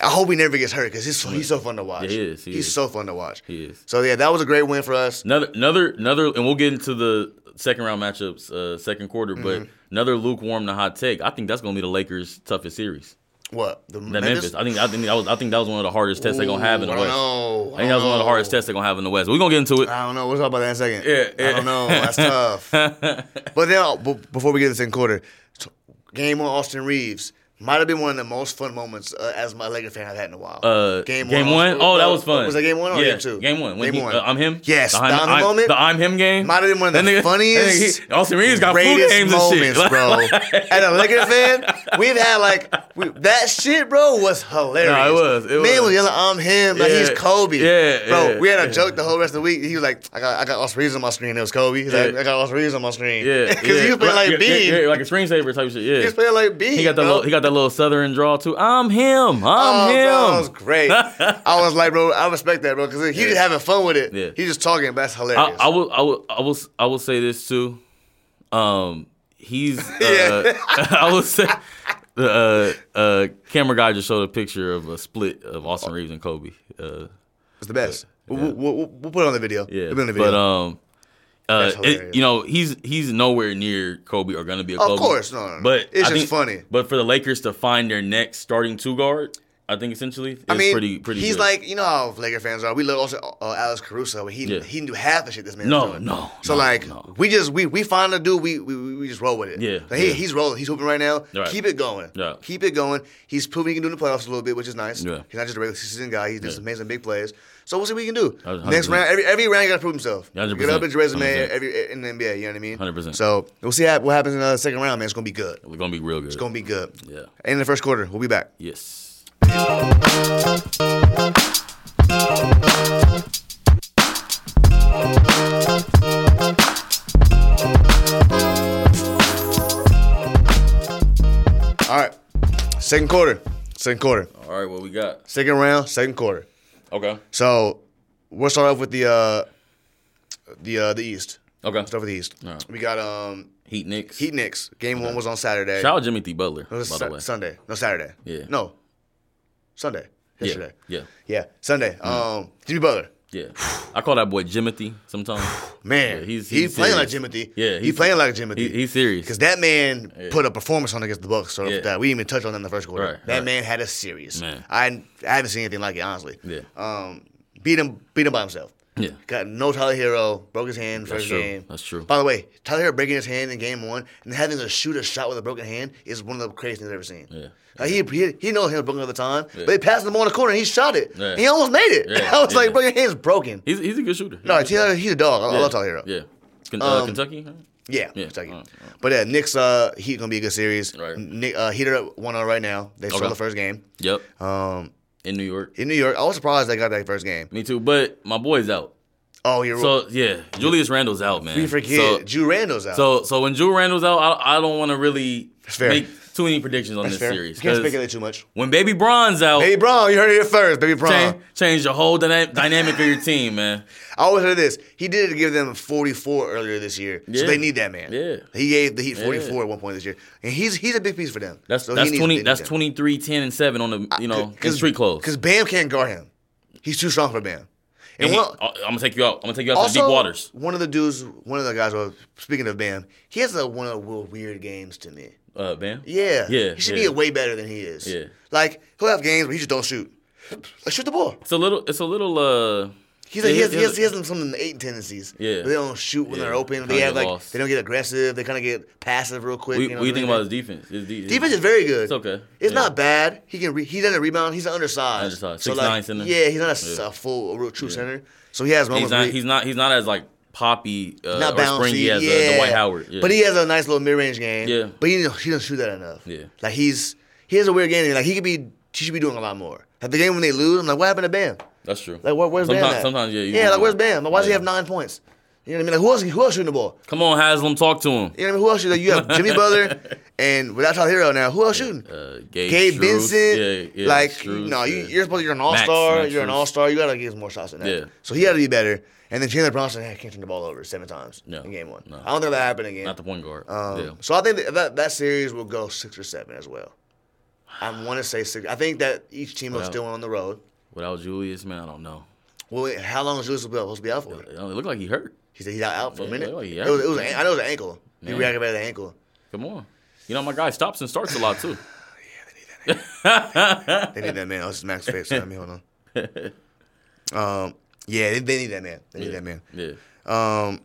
Speaker 1: I hope he never gets hurt because he's, he's so fun to watch.
Speaker 2: Yeah, he is, he
Speaker 1: he's
Speaker 2: is.
Speaker 1: so fun to watch.
Speaker 2: He is.
Speaker 1: So yeah, that was a great win for us.
Speaker 2: Another, another, another, and we'll get into the second round matchups, uh, second quarter.
Speaker 1: Mm-hmm.
Speaker 2: But another lukewarm to hot take. I think that's going to be the Lakers' toughest series.
Speaker 1: What the
Speaker 2: That Memphis. I think. I think that was. I think that was one of the hardest tests they're going to have in the
Speaker 1: Ooh, I
Speaker 2: West.
Speaker 1: don't know.
Speaker 2: I think that was one of the hardest tests they're going to have in the West. We're going to get into it.
Speaker 1: I don't know. We'll talk about that in a second.
Speaker 2: Yeah, yeah.
Speaker 1: I don't know. That's
Speaker 2: (laughs)
Speaker 1: tough. but then, b- before we get to the second quarter, t- game on Austin Reeves might have been one of the most fun moments uh, as my Laker fan I've had in a while.
Speaker 2: Uh, game, one.
Speaker 1: Austin-
Speaker 2: Oh, that was fun.
Speaker 1: Was that game one or
Speaker 2: yeah,
Speaker 1: game two?
Speaker 2: Game one. When
Speaker 1: game
Speaker 2: he-
Speaker 1: one.
Speaker 2: uh, I'm him.
Speaker 1: Yes,
Speaker 2: The I'm,
Speaker 1: down the
Speaker 2: I'm-
Speaker 1: moment.
Speaker 2: The I'm him game.
Speaker 1: Might have been one of the
Speaker 2: That nigga- (laughs)
Speaker 1: funniest,
Speaker 2: that nigga- Austin Reeves got food
Speaker 1: greatest
Speaker 2: games and shit.
Speaker 1: moments, bro.
Speaker 2: (laughs)
Speaker 1: As a Laker fan, we've had like we, that shit, bro, was hilarious.
Speaker 2: No, it was,
Speaker 1: Man
Speaker 2: it was.
Speaker 1: was yelling, "I'm him," like
Speaker 2: Yeah,
Speaker 1: he's Kobe.
Speaker 2: yeah,
Speaker 1: bro.
Speaker 2: yeah,
Speaker 1: we had a
Speaker 2: yeah.
Speaker 1: joke the whole rest of the week. He was like, "I got, I got Austin Reeves on my screen." It was Kobe. He's like,
Speaker 2: Yeah.
Speaker 1: "I got Austin Reeves on my screen." (laughs)
Speaker 2: Yeah,
Speaker 1: because
Speaker 2: yeah.
Speaker 1: he was playing
Speaker 2: Right,
Speaker 1: like
Speaker 2: yeah,
Speaker 1: Bean.
Speaker 2: yeah, yeah, like a screensaver type shit. Yeah,
Speaker 1: He was playing like Bean.
Speaker 2: He got that.
Speaker 1: bro.
Speaker 2: Little, he got that little southern draw too. I'm him. I'm
Speaker 1: Oh,
Speaker 2: him.
Speaker 1: bro, that was
Speaker 2: (laughs)
Speaker 1: great. I was like, bro, I respect that, bro, because he just having fun with it.
Speaker 2: Yeah.
Speaker 1: He just talking, but that's
Speaker 2: I,
Speaker 1: hilarious.
Speaker 2: I will. I will. I will. I will say this too. Um,
Speaker 1: (laughs)
Speaker 2: he's. Uh, (laughs) I will say. The uh, uh, camera guy just showed a picture of a split of Austin Reeves and Kobe. Uh,
Speaker 1: it's the best. We'll, we'll, we'll put it on the video.
Speaker 2: yeah,
Speaker 1: It'll be on the video.
Speaker 2: but um, uh,
Speaker 1: That's
Speaker 2: it-
Speaker 1: hilarious.
Speaker 2: you know he's he's nowhere near Kobe or gonna be a Kobe.
Speaker 1: course, no, no, no.
Speaker 2: But
Speaker 1: It's
Speaker 2: I
Speaker 1: just
Speaker 2: think-
Speaker 1: funny.
Speaker 2: But for the Lakers to find their next starting two guard, I think essentially, is
Speaker 1: I mean,
Speaker 2: pretty pretty.
Speaker 1: he's
Speaker 2: good.
Speaker 1: like, you know how Laker fans are. We love also uh, Alex Caruso. He
Speaker 2: Yeah.
Speaker 1: he knew half the shit this man.
Speaker 2: No,
Speaker 1: was doing.
Speaker 2: no,
Speaker 1: So
Speaker 2: no,
Speaker 1: like,
Speaker 2: no.
Speaker 1: we just we we find a dude. We we, we just roll with it.
Speaker 2: Yeah,
Speaker 1: Like, he,
Speaker 2: yeah.
Speaker 1: he's rolling. He's hooping right now.
Speaker 2: Right.
Speaker 1: Keep it going.
Speaker 2: Yeah.
Speaker 1: Keep it going. He's proving he can do it in the playoffs a little bit, which is nice.
Speaker 2: Yeah.
Speaker 1: He's not just a regular season guy. He's just amazing big plays. So we'll see what he can do.
Speaker 2: Hundred percent.
Speaker 1: Next round, every every round, he got to prove himself.
Speaker 2: Hundred
Speaker 1: Get up
Speaker 2: percent.
Speaker 1: at your resume
Speaker 2: Hundred percent.
Speaker 1: every in the NBA. You know what I mean?
Speaker 2: Hundred percent.
Speaker 1: So we'll see how, what happens in the second round, man. It's gonna be good. It's
Speaker 2: We're gonna be real good.
Speaker 1: gonna be good.
Speaker 2: Yeah.
Speaker 1: In the first quarter, we'll be back.
Speaker 2: yes.
Speaker 1: All right. Second quarter. Second quarter.
Speaker 2: All right. What we got?
Speaker 1: Second round, second quarter.
Speaker 2: Okay.
Speaker 1: So we'll start off with the uh the uh the East.
Speaker 2: Okay.
Speaker 1: Start with the East.
Speaker 2: Alright.
Speaker 1: We got um
Speaker 2: Heat Knicks.
Speaker 1: Heat Knicks. Game one was on Saturday.
Speaker 2: Shout out Jimmy T. Butler,
Speaker 1: It
Speaker 2: by
Speaker 1: was
Speaker 2: the
Speaker 1: Su-
Speaker 2: way.
Speaker 1: Sunday. No Saturday.
Speaker 2: Yeah.
Speaker 1: No. Sunday.
Speaker 2: yeah, Mm.
Speaker 1: Yesterday.
Speaker 2: yeah,
Speaker 1: Yeah. Sunday. Um Jimmy Butler. (sighs)
Speaker 2: yeah. I call that boy Jimothy sometimes.
Speaker 1: Man,
Speaker 2: Yeah,
Speaker 1: he's,
Speaker 2: he's-
Speaker 1: he's,
Speaker 2: he's
Speaker 1: playing like
Speaker 2: serious.
Speaker 1: Jimothy.
Speaker 2: Yeah,
Speaker 1: he's,
Speaker 2: he's-
Speaker 1: playing like Jimothy.
Speaker 2: he, he's serious.
Speaker 1: Because that man put a performance on against the Bucks. So
Speaker 2: Yeah.
Speaker 1: that we didn't even touch on that in the first quarter.
Speaker 2: Right,
Speaker 1: that
Speaker 2: right.
Speaker 1: man had a serious.
Speaker 2: Man.
Speaker 1: I, I haven't seen anything like it honestly.
Speaker 2: Yeah.
Speaker 1: Um, beat him, beat him by himself.
Speaker 2: Yeah.
Speaker 1: Got no Tyler Hero. Broke his hand
Speaker 2: That's
Speaker 1: first
Speaker 2: true.
Speaker 1: game.
Speaker 2: That's true.
Speaker 1: By the way, Tyler Hero breaking his hand in game one and having to shoot a shot with a broken hand is one of the craziest things I've ever seen.
Speaker 2: Yeah.
Speaker 1: Like, he, he he knows he was broken at the time, but he passed the ball in the corner and he shot it.
Speaker 2: Yeah.
Speaker 1: He almost made it.
Speaker 2: Yeah,
Speaker 1: (laughs) I was
Speaker 2: yeah.
Speaker 1: like, broken hand's broken.
Speaker 2: He's he's a good shooter.
Speaker 1: No, Tyler, he's a dog. I, I
Speaker 2: Yeah.
Speaker 1: love Tyler Hero.
Speaker 2: Yeah. Ken- uh,
Speaker 1: Um,
Speaker 2: Kentucky. huh?
Speaker 1: Yeah,
Speaker 2: Yeah,
Speaker 1: Kentucky.
Speaker 2: alright,
Speaker 1: But yeah, Knicks uh, Heat gonna be a good series.
Speaker 2: Right.
Speaker 1: Nick, uh, Heat are up one right now. They stole
Speaker 2: Okay.
Speaker 1: the first game.
Speaker 2: Yep.
Speaker 1: Um,
Speaker 2: In New York.
Speaker 1: in New York, I was surprised they got that first game.
Speaker 2: Me too. But my boy's out.
Speaker 1: Oh, you're right.
Speaker 2: So yeah, Julius Randle's out, man.
Speaker 1: We forget
Speaker 2: So,
Speaker 1: Drew Randall's out.
Speaker 2: So so when Drew Randall's out, I, I don't want to really
Speaker 1: fair.
Speaker 2: make too many predictions on
Speaker 1: That's
Speaker 2: this
Speaker 1: fair.
Speaker 2: series.
Speaker 1: Can't
Speaker 2: 'cause
Speaker 1: speculate too much.
Speaker 2: When Baby Bron's out,
Speaker 1: Baby Brown, you heard it here first. Baby Brown.
Speaker 2: change, change the whole dyna- dynamic of your team, man.
Speaker 1: I always heard this. He did it to give them 44 earlier this year,
Speaker 2: Yeah.
Speaker 1: so they need that man.
Speaker 2: Yeah.
Speaker 1: He gave the Heat 44 at one point this year, and he's he's a big piece for them.
Speaker 2: That's
Speaker 1: So he
Speaker 2: that's
Speaker 1: needs- they
Speaker 2: twenty.
Speaker 1: need
Speaker 2: That's
Speaker 1: them.
Speaker 2: 23, 10, and seven on the you know in street clothes.
Speaker 1: Because Bam can't guard him. He's too strong for Bam. And,
Speaker 2: And he-
Speaker 1: one,
Speaker 2: I- I'm gonna take you out. I'm gonna take you out to
Speaker 1: also,
Speaker 2: the deep waters.
Speaker 1: one of the dudes, one of the guys. Well, speaking of Bam, he has a, one of the real weird games to me.
Speaker 2: Uh, Bam.
Speaker 1: Yeah,
Speaker 2: Yeah,
Speaker 1: He should
Speaker 2: yeah.
Speaker 1: be way better than he is.
Speaker 2: Yeah.
Speaker 1: Like he'll have games where he just don't shoot. Like shoot the ball.
Speaker 2: It's a little. It's a little. Uh,
Speaker 1: He's like, he, has,
Speaker 2: yeah,
Speaker 1: he, has, he has some in the eight tendencies.
Speaker 2: Yeah.
Speaker 1: They don't shoot when
Speaker 2: Yeah.
Speaker 1: they're open. They
Speaker 2: Kinda
Speaker 1: have
Speaker 2: get
Speaker 1: like
Speaker 2: lost.
Speaker 1: they don't get aggressive. They kind of get passive real quick.
Speaker 2: we,
Speaker 1: you know
Speaker 2: what do
Speaker 1: what
Speaker 2: you
Speaker 1: I
Speaker 2: think
Speaker 1: mean?
Speaker 2: about his defense? His de- his-
Speaker 1: Defense is very good.
Speaker 2: It's okay.
Speaker 1: It's
Speaker 2: Yeah.
Speaker 1: not bad. He can re- he doesn't rebound. He's undersized.
Speaker 2: Undersized.
Speaker 1: So,
Speaker 2: 6'9"
Speaker 1: like,
Speaker 2: center.
Speaker 1: Yeah, he's not a, s- a full a real true center. So he has
Speaker 2: He's
Speaker 1: moments. where
Speaker 2: not.
Speaker 1: he-
Speaker 2: He's not. He's not as like poppy uh,
Speaker 1: not
Speaker 2: or
Speaker 1: bouncy.
Speaker 2: springy as uh,
Speaker 1: yeah.
Speaker 2: Dwight Howard. Yeah.
Speaker 1: But he has a nice little mid range game.
Speaker 2: Yeah.
Speaker 1: But he he doesn't shoot that enough.
Speaker 2: Yeah.
Speaker 1: Like he's he has a weird game. Like he could be he should be doing a lot more. Like the game when they lose, I'm like, what happened to Bam?
Speaker 2: That's true.
Speaker 1: Like where, where's
Speaker 2: sometimes,
Speaker 1: Bam? At?
Speaker 2: Sometimes yeah. you-
Speaker 1: yeah. Like where's Bam? Like, why does he
Speaker 2: Yeah.
Speaker 1: have nine points? You know what I mean? Like who else? Who else shooting the ball?
Speaker 2: Come on, Haslam, talk to him.
Speaker 1: You know what I mean? Who else? Like, you have
Speaker 2: (laughs)
Speaker 1: Jimmy Butler, and without Tyler Hero now, who else shooting?
Speaker 2: Uh, Gabe,
Speaker 1: Gabe
Speaker 2: Struce.
Speaker 1: Benson,
Speaker 2: Yeah, yeah,
Speaker 1: like
Speaker 2: Struce,
Speaker 1: no, you,
Speaker 2: yeah.
Speaker 1: you're supposed to, you're an all
Speaker 2: Max,
Speaker 1: star.
Speaker 2: Max
Speaker 1: You're an
Speaker 2: Struce.
Speaker 1: all star. You gotta get some more shots than that.
Speaker 2: Yeah.
Speaker 1: So he had to be better. And then Chandler Bronson hey, can't turn the ball over seven times
Speaker 2: No,
Speaker 1: in game one.
Speaker 2: no.
Speaker 1: I don't think that happened again.
Speaker 2: not the point guard.
Speaker 1: Um,
Speaker 2: yeah.
Speaker 1: So I think that, that that series will go six or seven as well. I want to say six. I think that each team will
Speaker 2: Wow.
Speaker 1: still on the road.
Speaker 2: Without Julius, man, I don't know.
Speaker 1: Well, wait, how long is Julius supposed to be out for?
Speaker 2: It looked like he hurt.
Speaker 1: He said he's out, out for a
Speaker 2: Yeah,
Speaker 1: minute.
Speaker 2: well, he
Speaker 1: it was, it was an, I know it was an ankle. He
Speaker 2: Man.
Speaker 1: reacted by the ankle.
Speaker 2: Come on. You know my guy stops and starts a lot too.
Speaker 1: They need that man. Oh, this is Max face. I mean, hold
Speaker 2: (laughs)
Speaker 1: on. Um, yeah, they, they need that man. They need that man.
Speaker 2: Yeah.
Speaker 1: Um,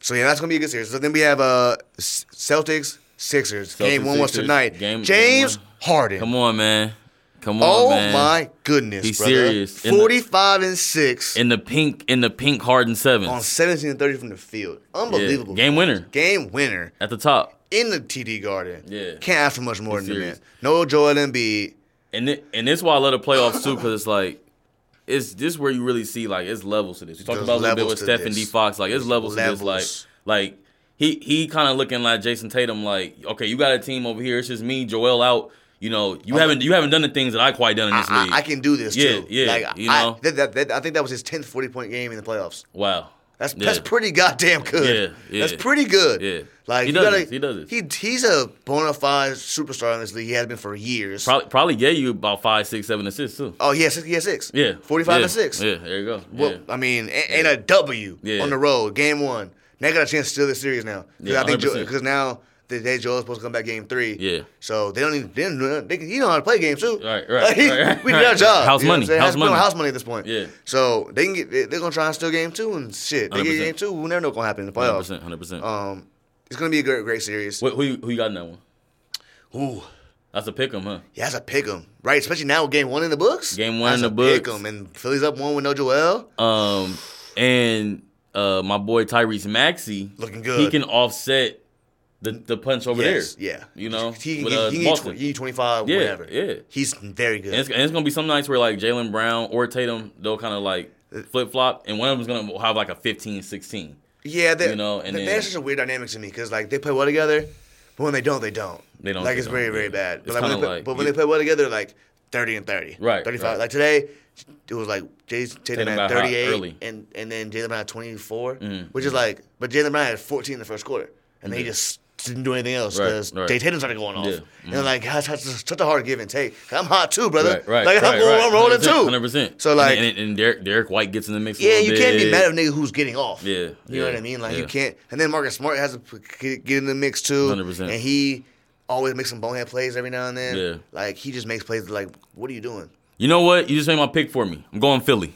Speaker 1: so yeah, that's gonna be a good series. So then we have uh S- Celtics Sixers. game one was
Speaker 2: Sixers.
Speaker 1: tonight.
Speaker 2: Game-
Speaker 1: James
Speaker 2: game one.
Speaker 1: Harden.
Speaker 2: Come on, man. Come on,
Speaker 1: Oh
Speaker 2: man.
Speaker 1: my goodness,
Speaker 2: He's
Speaker 1: brother.
Speaker 2: serious. In the-
Speaker 1: Forty-five and six
Speaker 2: In the pink, in the pink Harden seven.
Speaker 1: on seventeen and thirty from the field. Unbelievable.
Speaker 2: Game winner
Speaker 1: Game winner
Speaker 2: at the top.
Speaker 1: in the TD Garden.
Speaker 2: Yeah.
Speaker 1: Can't ask for much more than
Speaker 2: serious.
Speaker 1: that. No Joel Embiid.
Speaker 2: And it, and this why I love the playoffs too, because it's like it's this where you really see like it's levels to this. We talked
Speaker 1: There's
Speaker 2: about a little bit
Speaker 1: levels
Speaker 2: with
Speaker 1: to
Speaker 2: Stephen D.
Speaker 1: this.
Speaker 2: Fox, like it's levels, to
Speaker 1: levels.
Speaker 2: this. Like like he he kind of looking like Jason Tatum, like okay, you got a team over here. It's just me, Joel out. You know, you haven't you haven't done the things that I quite done in this
Speaker 1: I,
Speaker 2: league.
Speaker 1: I, I can do this
Speaker 2: Yeah,
Speaker 1: too.
Speaker 2: yeah,
Speaker 1: Like
Speaker 2: you
Speaker 1: I,
Speaker 2: know?
Speaker 1: that, that, that, I think that was his tenth forty-point game in the playoffs.
Speaker 2: wow,
Speaker 1: That's
Speaker 2: Yeah.
Speaker 1: that's pretty goddamn good.
Speaker 2: Yeah, yeah.
Speaker 1: That's pretty good.
Speaker 2: Yeah.
Speaker 1: Like
Speaker 2: He
Speaker 1: you
Speaker 2: does
Speaker 1: gotta-
Speaker 2: it, he does it.
Speaker 1: He he's a bona fide superstar in this league. He has been for years.
Speaker 2: Probably probably gave you about five, six, seven assists too.
Speaker 1: Oh, he has six. He has six.
Speaker 2: Yeah,
Speaker 1: forty-five
Speaker 2: yeah.
Speaker 1: and six.
Speaker 2: Yeah, there you go.
Speaker 1: Well,
Speaker 2: yeah.
Speaker 1: I mean, and, and a W
Speaker 2: Yeah.
Speaker 1: on the road, game one. They got a chance to steal this series now.
Speaker 2: Yeah,
Speaker 1: Because
Speaker 2: 100%.
Speaker 1: now the day Joel's supposed to come back game three.
Speaker 2: Yeah.
Speaker 1: So they don't even they don't, they, can- he know how to play games too.
Speaker 2: Right, right, right,
Speaker 1: we did our
Speaker 2: right.
Speaker 1: job.
Speaker 2: House
Speaker 1: you know what I'm
Speaker 2: money,
Speaker 1: saying?
Speaker 2: house
Speaker 1: Has to be on
Speaker 2: money.
Speaker 1: House money at this point.
Speaker 2: Yeah.
Speaker 1: So they can get they- they're gonna try and steal game two and shit. They get
Speaker 2: 100%.
Speaker 1: game two. We never know what's gonna happen in the
Speaker 2: Hundred
Speaker 1: playoffs.
Speaker 2: percent, hundred percent.
Speaker 1: Um, it's gonna be a great, great series.
Speaker 2: Who who you- who you got in that one?
Speaker 1: Ooh,
Speaker 2: That's a pick 'em, huh?
Speaker 1: yeah, that's a pick 'em, right? Especially now with game one in the books.
Speaker 2: Game one
Speaker 1: That's
Speaker 2: in
Speaker 1: a
Speaker 2: the books.
Speaker 1: Pick 'em, and Philly's up one with no Joel.
Speaker 2: Um, and uh, my boy Tyrese Maxey
Speaker 1: Looking good.
Speaker 2: He can offset the the punch over
Speaker 1: yes,
Speaker 2: there.
Speaker 1: yeah.
Speaker 2: you know,
Speaker 1: he can
Speaker 2: with,
Speaker 1: get,
Speaker 2: uh,
Speaker 1: he can get
Speaker 2: Boston.
Speaker 1: tw- he can 25,
Speaker 2: Yeah,
Speaker 1: whatever.
Speaker 2: yeah.
Speaker 1: he's very good.
Speaker 2: And it's, and it's gonna be some nights where like Jalen Brown or Tatum, they'll kind of like
Speaker 1: Uh,
Speaker 2: flip flop, and one of them's gonna have like a 15, 16.
Speaker 1: yeah, they,
Speaker 2: you know, and
Speaker 1: they-
Speaker 2: then-
Speaker 1: they're such a weird dynamic to me because like they play well together, but when they don't, they don't.
Speaker 2: They don't,
Speaker 1: Like
Speaker 2: they
Speaker 1: it's
Speaker 2: don't,
Speaker 1: very
Speaker 2: yeah.
Speaker 1: very bad. But
Speaker 2: It's
Speaker 1: like, when they
Speaker 2: kinda
Speaker 1: play,
Speaker 2: like
Speaker 1: but when
Speaker 2: you-
Speaker 1: they play well together, like thirty and thirty,
Speaker 2: Right,
Speaker 1: Thirty five.
Speaker 2: right.
Speaker 1: Like today, it was like Jason Tatum
Speaker 2: Tatum
Speaker 1: had
Speaker 2: got hot
Speaker 1: thirty eight,
Speaker 2: early. Mm-hmm.
Speaker 1: and and then Jalen Brown had twenty which is like, but Jalen Brown had fourteen in the first quarter, and they just. Didn't do anything else
Speaker 2: Right,
Speaker 1: because
Speaker 2: right.
Speaker 1: Jay Tatum started going off,
Speaker 2: Yeah,
Speaker 1: and they're like, "Gosh, that's such a hard give and take." I'm hot too, brother.
Speaker 2: Right, right,
Speaker 1: like I'm
Speaker 2: right,
Speaker 1: going, I'm rolling too.
Speaker 2: hundred percent.
Speaker 1: So, like-
Speaker 2: and, and Derek, Derek White gets in the mix. a
Speaker 1: Yeah,
Speaker 2: little
Speaker 1: you can't be
Speaker 2: bit.
Speaker 1: mad at a nigga who's getting off.
Speaker 2: Yeah,
Speaker 1: you know
Speaker 2: yeah,
Speaker 1: what I mean. Like you
Speaker 2: yeah.
Speaker 1: can't. And then Marcus Smart has to p- g- get in the mix too.
Speaker 2: 100%.
Speaker 1: And he always makes some bonehead plays every now and then.
Speaker 2: Yeah.
Speaker 1: like he just makes plays. Like, what are you doing?
Speaker 2: You know what? You just made my pick for me. I'm going Philly.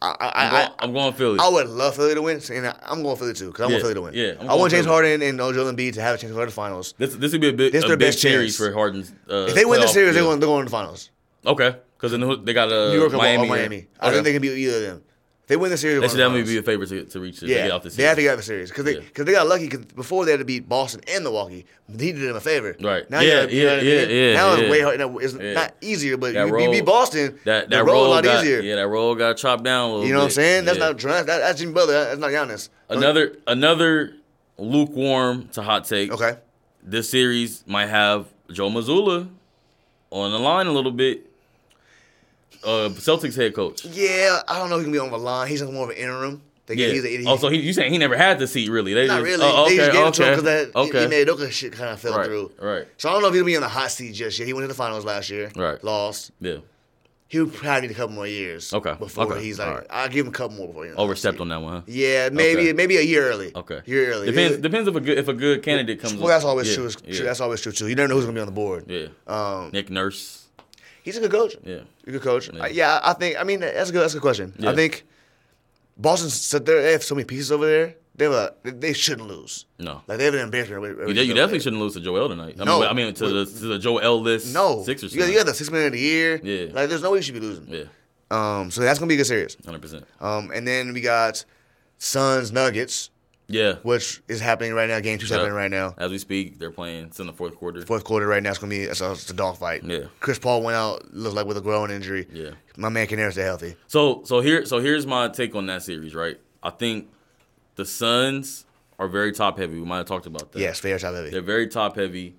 Speaker 1: I, I,
Speaker 2: I'm,
Speaker 1: I,
Speaker 2: going, I'm going Philly.
Speaker 1: I would love Philly to win, and I- I'm going Philly too because I want
Speaker 2: Yeah,
Speaker 1: Philly to win.
Speaker 2: yeah, I'm
Speaker 1: I
Speaker 2: going
Speaker 1: want James
Speaker 2: Philly. Uh,
Speaker 1: Harden and Joel Embiid to have a chance to go to the finals.
Speaker 2: this this would be a big,
Speaker 1: This
Speaker 2: a
Speaker 1: their
Speaker 2: big
Speaker 1: best
Speaker 2: series
Speaker 1: chance.
Speaker 2: for Harden's. Uh,
Speaker 1: If they win this
Speaker 2: playoff
Speaker 1: series, they're
Speaker 2: deal.
Speaker 1: going, they're going to the finals.
Speaker 2: Okay, because then who- they got uh,
Speaker 1: New York or Miami.
Speaker 2: Miami.
Speaker 1: Or Miami. I
Speaker 2: Okay.
Speaker 1: don't think they can beat either of them. If they win the series,
Speaker 2: They
Speaker 1: they're
Speaker 2: should
Speaker 1: going to
Speaker 2: definitely
Speaker 1: the
Speaker 2: be
Speaker 1: finals.
Speaker 2: the favorites to, to reach to
Speaker 1: yeah,
Speaker 2: get out this
Speaker 1: they have to
Speaker 2: series.
Speaker 1: get out of the series because they,
Speaker 2: Yeah.
Speaker 1: 'cause they got lucky. Because before they had to beat Boston and Milwaukee, he did them a favor.
Speaker 2: Right.
Speaker 1: you
Speaker 2: Yeah,
Speaker 1: gotta- you
Speaker 2: yeah,
Speaker 1: know what I
Speaker 2: yeah,
Speaker 1: mean?
Speaker 2: yeah,
Speaker 1: Now
Speaker 2: yeah.
Speaker 1: it's way hard. now It's
Speaker 2: Yeah.
Speaker 1: not easier, but
Speaker 2: That
Speaker 1: you, you beat
Speaker 2: role-
Speaker 1: Boston.
Speaker 2: That
Speaker 1: the
Speaker 2: that
Speaker 1: road's
Speaker 2: role
Speaker 1: a lot
Speaker 2: got
Speaker 1: easier.
Speaker 2: yeah that role got chopped down. A little
Speaker 1: You know what I'm
Speaker 2: bit.
Speaker 1: saying? That's
Speaker 2: Yeah.
Speaker 1: not Durant. That, that's Jimmy Butler. That- That's not Giannis.
Speaker 2: another another lukewarm to hot take.
Speaker 1: Okay.
Speaker 2: this series might have Joe Mazzulla on the line a little bit. Uh, Celtics head coach.
Speaker 1: Yeah, I don't know. if He can be on the line. He's more of an interim. They
Speaker 2: Yeah.
Speaker 1: get, he's a, he,
Speaker 2: oh, so he, you saying he never had the seat really? They
Speaker 1: not
Speaker 2: just,
Speaker 1: really.
Speaker 2: Oh,
Speaker 1: they
Speaker 2: okay,
Speaker 1: just gave it to him because
Speaker 2: okay,
Speaker 1: that okay.
Speaker 2: okay.
Speaker 1: Ime shit kind of fell
Speaker 2: right,
Speaker 1: through.
Speaker 2: right,
Speaker 1: So I don't know if he'll be in the hot seat just yet. He went to the finals last year.
Speaker 2: Right.
Speaker 1: Lost.
Speaker 2: yeah.
Speaker 1: He would probably need a couple more years.
Speaker 2: Okay,
Speaker 1: Before
Speaker 2: okay,
Speaker 1: he's like,
Speaker 2: alright.
Speaker 1: I'll give him a couple more before. you know.
Speaker 2: Overstepped on that one. Huh?
Speaker 1: Yeah, maybe
Speaker 2: Okay.
Speaker 1: maybe a year early.
Speaker 2: Okay,
Speaker 1: year early.
Speaker 2: Depends
Speaker 1: It-
Speaker 2: depends if a good if a good candidate comes.
Speaker 1: well,
Speaker 2: up.
Speaker 1: that's always
Speaker 2: Yeah,
Speaker 1: true. It's
Speaker 2: yeah,
Speaker 1: true. That's always true too. You never know who's gonna be on the board.
Speaker 2: yeah.
Speaker 1: Um,
Speaker 2: Nick Nurse.
Speaker 1: he's a good coach.
Speaker 2: Yeah.
Speaker 1: He's a good coach.
Speaker 2: Yeah.
Speaker 1: Yeah, yeah I think. I mean, that's a good. That's a good question.
Speaker 2: Yeah.
Speaker 1: I think Boston said there they have so many pieces over there. They have a, they shouldn't lose.
Speaker 2: No.
Speaker 1: Like they have an embarrassment.
Speaker 2: You, de- you definitely shouldn't lose to Joel tonight. I
Speaker 1: No.
Speaker 2: mean, I mean to the to the Joel list.
Speaker 1: No,
Speaker 2: Sixers.
Speaker 1: You got, you
Speaker 2: tonight.
Speaker 1: got the six man of the year.
Speaker 2: Yeah.
Speaker 1: like there's no way you should be losing.
Speaker 2: Yeah,
Speaker 1: Um, so that's gonna be a good series.
Speaker 2: hundred percent.
Speaker 1: Um, and then we got Suns Nuggets,
Speaker 2: Yeah.
Speaker 1: which is happening right now. Game two's
Speaker 2: Yeah.
Speaker 1: happening right now.
Speaker 2: As we speak, they're playing. It's in the fourth quarter.
Speaker 1: Fourth quarter right now. It's gonna be it's a, it's a dog fight.
Speaker 2: Yeah.
Speaker 1: Chris Paul went out. Looks like with a groin injury.
Speaker 2: Yeah.
Speaker 1: My man can never stay healthy.
Speaker 2: So so here so here's my take on that series, right? I think the Suns are very top heavy. We might have talked about that.
Speaker 1: Yes, fair shot heavy.
Speaker 2: They're very top heavy.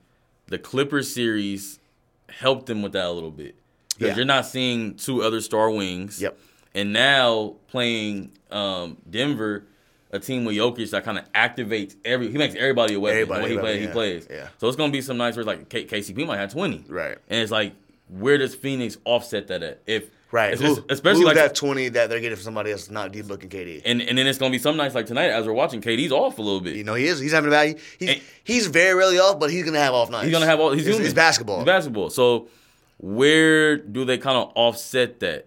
Speaker 2: The Clippers series helped them with that a little bit. Because
Speaker 1: Yeah.
Speaker 2: you're not seeing two other star wings.
Speaker 1: Yep.
Speaker 2: And now playing um, Denver, a team with Jokic that kind of activates every. He makes everybody a weapon. the
Speaker 1: Everybody,
Speaker 2: way he, play,
Speaker 1: everybody,
Speaker 2: he
Speaker 1: yeah,
Speaker 2: plays.
Speaker 1: yeah.
Speaker 2: So it's gonna be some nights where it's like K- KCP might have twenty.
Speaker 1: Right.
Speaker 2: And it's like, where does Phoenix offset that at? If
Speaker 1: Right.
Speaker 2: it's-
Speaker 1: Who-
Speaker 2: it's- especially
Speaker 1: who's
Speaker 2: like
Speaker 1: that twenty that they're getting from somebody that's not D Book and KD.
Speaker 2: and and then it's gonna be some nights like tonight as we're watching. KD's off a little bit.
Speaker 1: You know he is. He's having a bad. He's
Speaker 2: And-
Speaker 1: he's very rarely off, but he's gonna have off nights.
Speaker 2: He's gonna have all. He's
Speaker 1: it's,
Speaker 2: human.
Speaker 1: it's basketball.
Speaker 2: It's basketball. So where do they kind of offset that?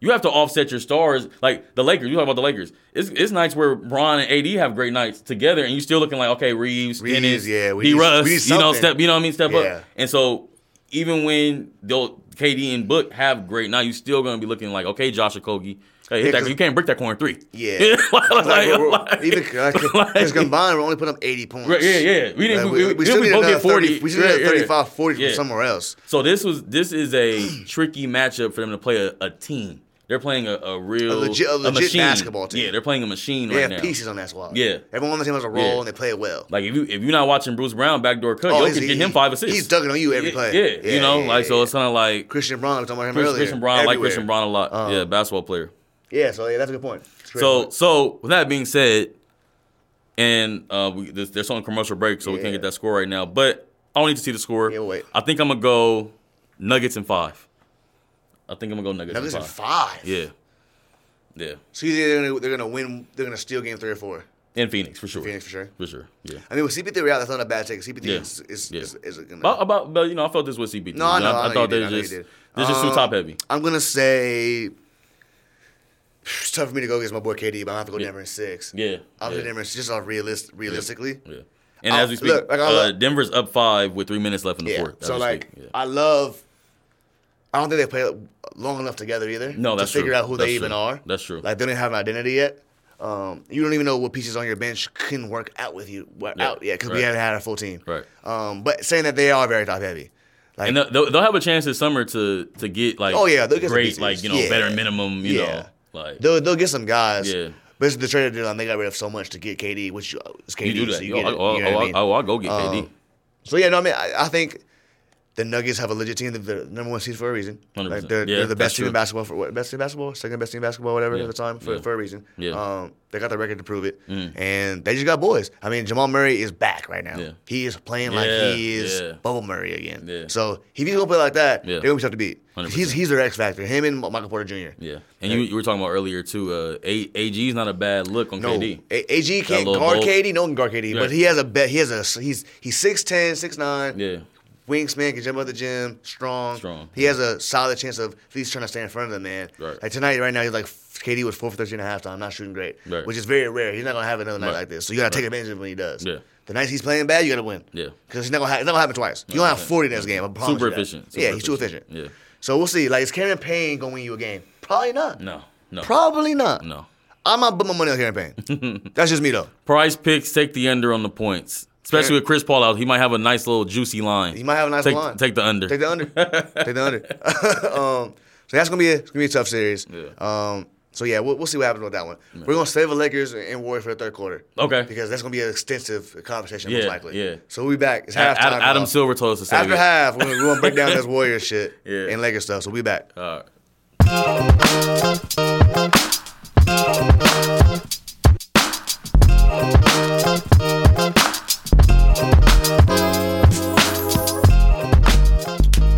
Speaker 2: You have to offset your stars, like the Lakers. You talk about the Lakers. It's, it's nights where Bron and AD have great nights together, and you're still looking like okay, Reeves,
Speaker 1: Reeves,
Speaker 2: Ennis,
Speaker 1: yeah, we
Speaker 2: D.
Speaker 1: need-
Speaker 2: Russ,
Speaker 1: we need
Speaker 2: you know,
Speaker 1: something.
Speaker 2: step, you know what I mean, step
Speaker 1: Yeah.
Speaker 2: up. And so even when they'll KD and Book have great night, you're still gonna be looking like okay, Josh Okogie, hey, hit
Speaker 1: Yeah,
Speaker 2: that-
Speaker 1: 'cause-
Speaker 2: you can't break that corner three.
Speaker 1: Yeah.
Speaker 2: (laughs) Like-
Speaker 1: Like, we're-
Speaker 2: like-
Speaker 1: even because
Speaker 2: (laughs) like-
Speaker 1: combined, we're only putting up 80 points.
Speaker 2: Right, yeah, yeah. We didn't-
Speaker 1: Like,
Speaker 2: we- we- we both
Speaker 1: another
Speaker 2: get 40.
Speaker 1: 30 we still
Speaker 2: Yeah,
Speaker 1: need
Speaker 2: yeah, yeah.
Speaker 1: 35, 40
Speaker 2: Yeah.
Speaker 1: from somewhere else.
Speaker 2: So this was this is a (clears throat) tricky matchup for them to play a, a team. They're playing a, a real
Speaker 1: A legit- a legit
Speaker 2: machine.
Speaker 1: basketball team.
Speaker 2: Yeah, they're playing a machine
Speaker 1: They
Speaker 2: right
Speaker 1: have
Speaker 2: now.
Speaker 1: pieces on that squad.
Speaker 2: Yeah.
Speaker 1: Everyone on the team has a role
Speaker 2: Yeah.
Speaker 1: and they play it well.
Speaker 2: Like if you if you're not watching Bruce Brown backdoor cut,
Speaker 1: Oh,
Speaker 2: you
Speaker 1: he's-
Speaker 2: can get
Speaker 1: he-
Speaker 2: him five assists.
Speaker 1: He's dunking on you every
Speaker 2: yeah,
Speaker 1: play.
Speaker 2: Yeah, you know,
Speaker 1: yeah,
Speaker 2: like
Speaker 1: yeah,
Speaker 2: so
Speaker 1: yeah.
Speaker 2: it's kind of like
Speaker 1: Christian Braun, I was talking about him
Speaker 2: Chris,
Speaker 1: earlier.
Speaker 2: Christian Brown. I like Christian
Speaker 1: Everywhere.
Speaker 2: Brown a lot.
Speaker 1: Um,
Speaker 2: yeah, basketball player.
Speaker 1: Yeah, so yeah, that's a good point. It's a great
Speaker 2: So
Speaker 1: point.
Speaker 2: so with that being said, and uh, we, there's, there's on commercial break, so we can't
Speaker 1: Yeah.
Speaker 2: get that score right now. But I don't need to see the score.
Speaker 1: Yeah, we'll wait.
Speaker 2: I think I'm gonna go Nuggets in five. I think I'm gonna go Nuggets,
Speaker 1: Nuggets
Speaker 2: in
Speaker 1: in
Speaker 2: five.
Speaker 1: five.
Speaker 2: Yeah. Yeah.
Speaker 1: So you think they're gonna they're gonna win. They're gonna steal game three or four.
Speaker 2: In Phoenix, for sure.
Speaker 1: Phoenix for sure.
Speaker 2: For sure. Yeah.
Speaker 1: I mean, with CP3 out, that's not a bad take. CP3
Speaker 2: Yeah.
Speaker 1: is, is,
Speaker 2: Yeah.
Speaker 1: is, is gonna.
Speaker 2: About, about, but uh, you know, I felt this with CB.
Speaker 1: No, I know. I, know
Speaker 2: thought
Speaker 1: you did,
Speaker 2: they
Speaker 1: I know you
Speaker 2: just,
Speaker 1: did.
Speaker 2: they're just too
Speaker 1: Um,
Speaker 2: top heavy.
Speaker 1: I'm gonna say it's tough for me to go against my boy KD, but I have to go
Speaker 2: Yeah.
Speaker 1: Denver in six.
Speaker 2: Yeah.
Speaker 1: I'll
Speaker 2: yeah,
Speaker 1: go Denver in six, just off realist, realistically.
Speaker 2: yeah. And
Speaker 1: I'll-
Speaker 2: as we speak,
Speaker 1: look, like, I
Speaker 2: uh,
Speaker 1: love-
Speaker 2: Denver's up five with three minutes left in the
Speaker 1: Yeah.
Speaker 2: fourth. as
Speaker 1: So
Speaker 2: we
Speaker 1: like,
Speaker 2: speak. Yeah.
Speaker 1: I love. I don't think they play long enough together either.
Speaker 2: no, that's
Speaker 1: to figure
Speaker 2: true.
Speaker 1: out who
Speaker 2: That's
Speaker 1: they
Speaker 2: true.
Speaker 1: even are.
Speaker 2: That's true.
Speaker 1: Like they don't have an identity yet. Um, you don't even know what pieces on your bench couldn't work out with you work
Speaker 2: Yeah,
Speaker 1: out yet because
Speaker 2: right.
Speaker 1: we haven't had a full team.
Speaker 2: Right.
Speaker 1: Um, but saying that they are very top heavy, like
Speaker 2: and they'll- they'll, they'll have a chance this summer to to get like
Speaker 1: Oh, yeah, they'll get some
Speaker 2: great
Speaker 1: pieces.
Speaker 2: like you know
Speaker 1: Yeah.
Speaker 2: better minimum you
Speaker 1: Yeah.
Speaker 2: know like
Speaker 1: They'll they'll get some guys.
Speaker 2: Yeah.
Speaker 1: But it's the trade deadline. They got rid of so much to get KD, which is KD.
Speaker 2: you do that
Speaker 1: So
Speaker 2: you
Speaker 1: you get
Speaker 2: oh,
Speaker 1: it,
Speaker 2: oh,
Speaker 1: you know what I
Speaker 2: oh,
Speaker 1: mean?
Speaker 2: oh, I'll go get
Speaker 1: Um,
Speaker 2: KD
Speaker 1: So yeah, no, I mean, I, I think the Nuggets have a legit team. They're the number one seed for a reason.
Speaker 2: 100%.
Speaker 1: Like, they're,
Speaker 2: Yeah,
Speaker 1: they're the
Speaker 2: that's
Speaker 1: best team
Speaker 2: true.
Speaker 1: in basketball for what, best team in basketball, second best team in basketball, whatever
Speaker 2: Yeah,
Speaker 1: at the time for,
Speaker 2: yeah.
Speaker 1: for a reason.
Speaker 2: Yeah. Mm.
Speaker 1: Um, they got the record to prove it, and they just got boys. I mean, Jamal Murray is back right now.
Speaker 2: Yeah.
Speaker 1: He is playing like
Speaker 2: Yeah,
Speaker 1: he is
Speaker 2: yeah.
Speaker 1: Bubble Murray again.
Speaker 2: Yeah.
Speaker 1: So if he's gonna play like that,
Speaker 2: Yeah.
Speaker 1: they're gonna be tough to beat.
Speaker 2: 100%.
Speaker 1: He's he's their X factor. Him and Michael Porter Jr.
Speaker 2: yeah and you, you were talking about earlier too uh, A, AG's not a bad look on
Speaker 1: No,
Speaker 2: KD
Speaker 1: A- AG can't
Speaker 2: little
Speaker 1: guard
Speaker 2: bulk.
Speaker 1: KD. No one can guard KD,
Speaker 2: Yeah.
Speaker 1: but he has a bet. He has a he's he's 6'10", 6'9",
Speaker 2: yeah
Speaker 1: wingspan, can jump out the gym, strong.
Speaker 2: Strong.
Speaker 1: He has a solid chance of at least trying to stay in front of the man.
Speaker 2: Right.
Speaker 1: Like tonight, right now, he's like KD was four for thirteen and a half time, not shooting great,
Speaker 2: Right.
Speaker 1: which is very rare. He's not gonna have another night
Speaker 2: Right.
Speaker 1: like this. So you gotta take advantage of it when he does.
Speaker 2: Yeah.
Speaker 1: The nights he's playing bad, you gotta win.
Speaker 2: Yeah.
Speaker 1: Because he's not gonna ha- it's not gonna happen twice. You don't have forty in this game. I promise
Speaker 2: Super
Speaker 1: you that.
Speaker 2: efficient.
Speaker 1: yeah,
Speaker 2: Super
Speaker 1: he's too efficient.
Speaker 2: Yeah.
Speaker 1: So we'll see. Like, is Karen Payne gonna win you a game? Probably not.
Speaker 2: No. No.
Speaker 1: Probably not.
Speaker 2: no.
Speaker 1: I'm not putting my money on Karen
Speaker 2: (laughs)
Speaker 1: Payne. That's just me though.
Speaker 2: Price picks take the under on the points, especially
Speaker 1: Yeah.
Speaker 2: with Chris Paul out. He might have a nice little juicy line.
Speaker 1: He might have a nice
Speaker 2: take,
Speaker 1: line.
Speaker 2: Take the under.
Speaker 1: Take the under. Take the under. (laughs) um, so that's gonna be a, it's gonna be a tough series.
Speaker 2: Yeah.
Speaker 1: Um, so yeah, we'll, we'll see what happens with that one. We're gonna save the Lakers and Warriors for the third quarter.
Speaker 2: Okay.
Speaker 1: Because that's gonna be an extensive conversation most
Speaker 2: Yeah,
Speaker 1: likely.
Speaker 2: yeah.
Speaker 1: So we'll be back. It's
Speaker 2: A- Ad-
Speaker 1: halftime.
Speaker 2: Adam,
Speaker 1: y'all.
Speaker 2: Silver told us to say
Speaker 1: After
Speaker 2: it.
Speaker 1: half, we're gonna, we're gonna break down
Speaker 2: (laughs)
Speaker 1: this Warriors shit
Speaker 2: Yeah.
Speaker 1: and Lakers stuff. So we'll be back.
Speaker 2: All right.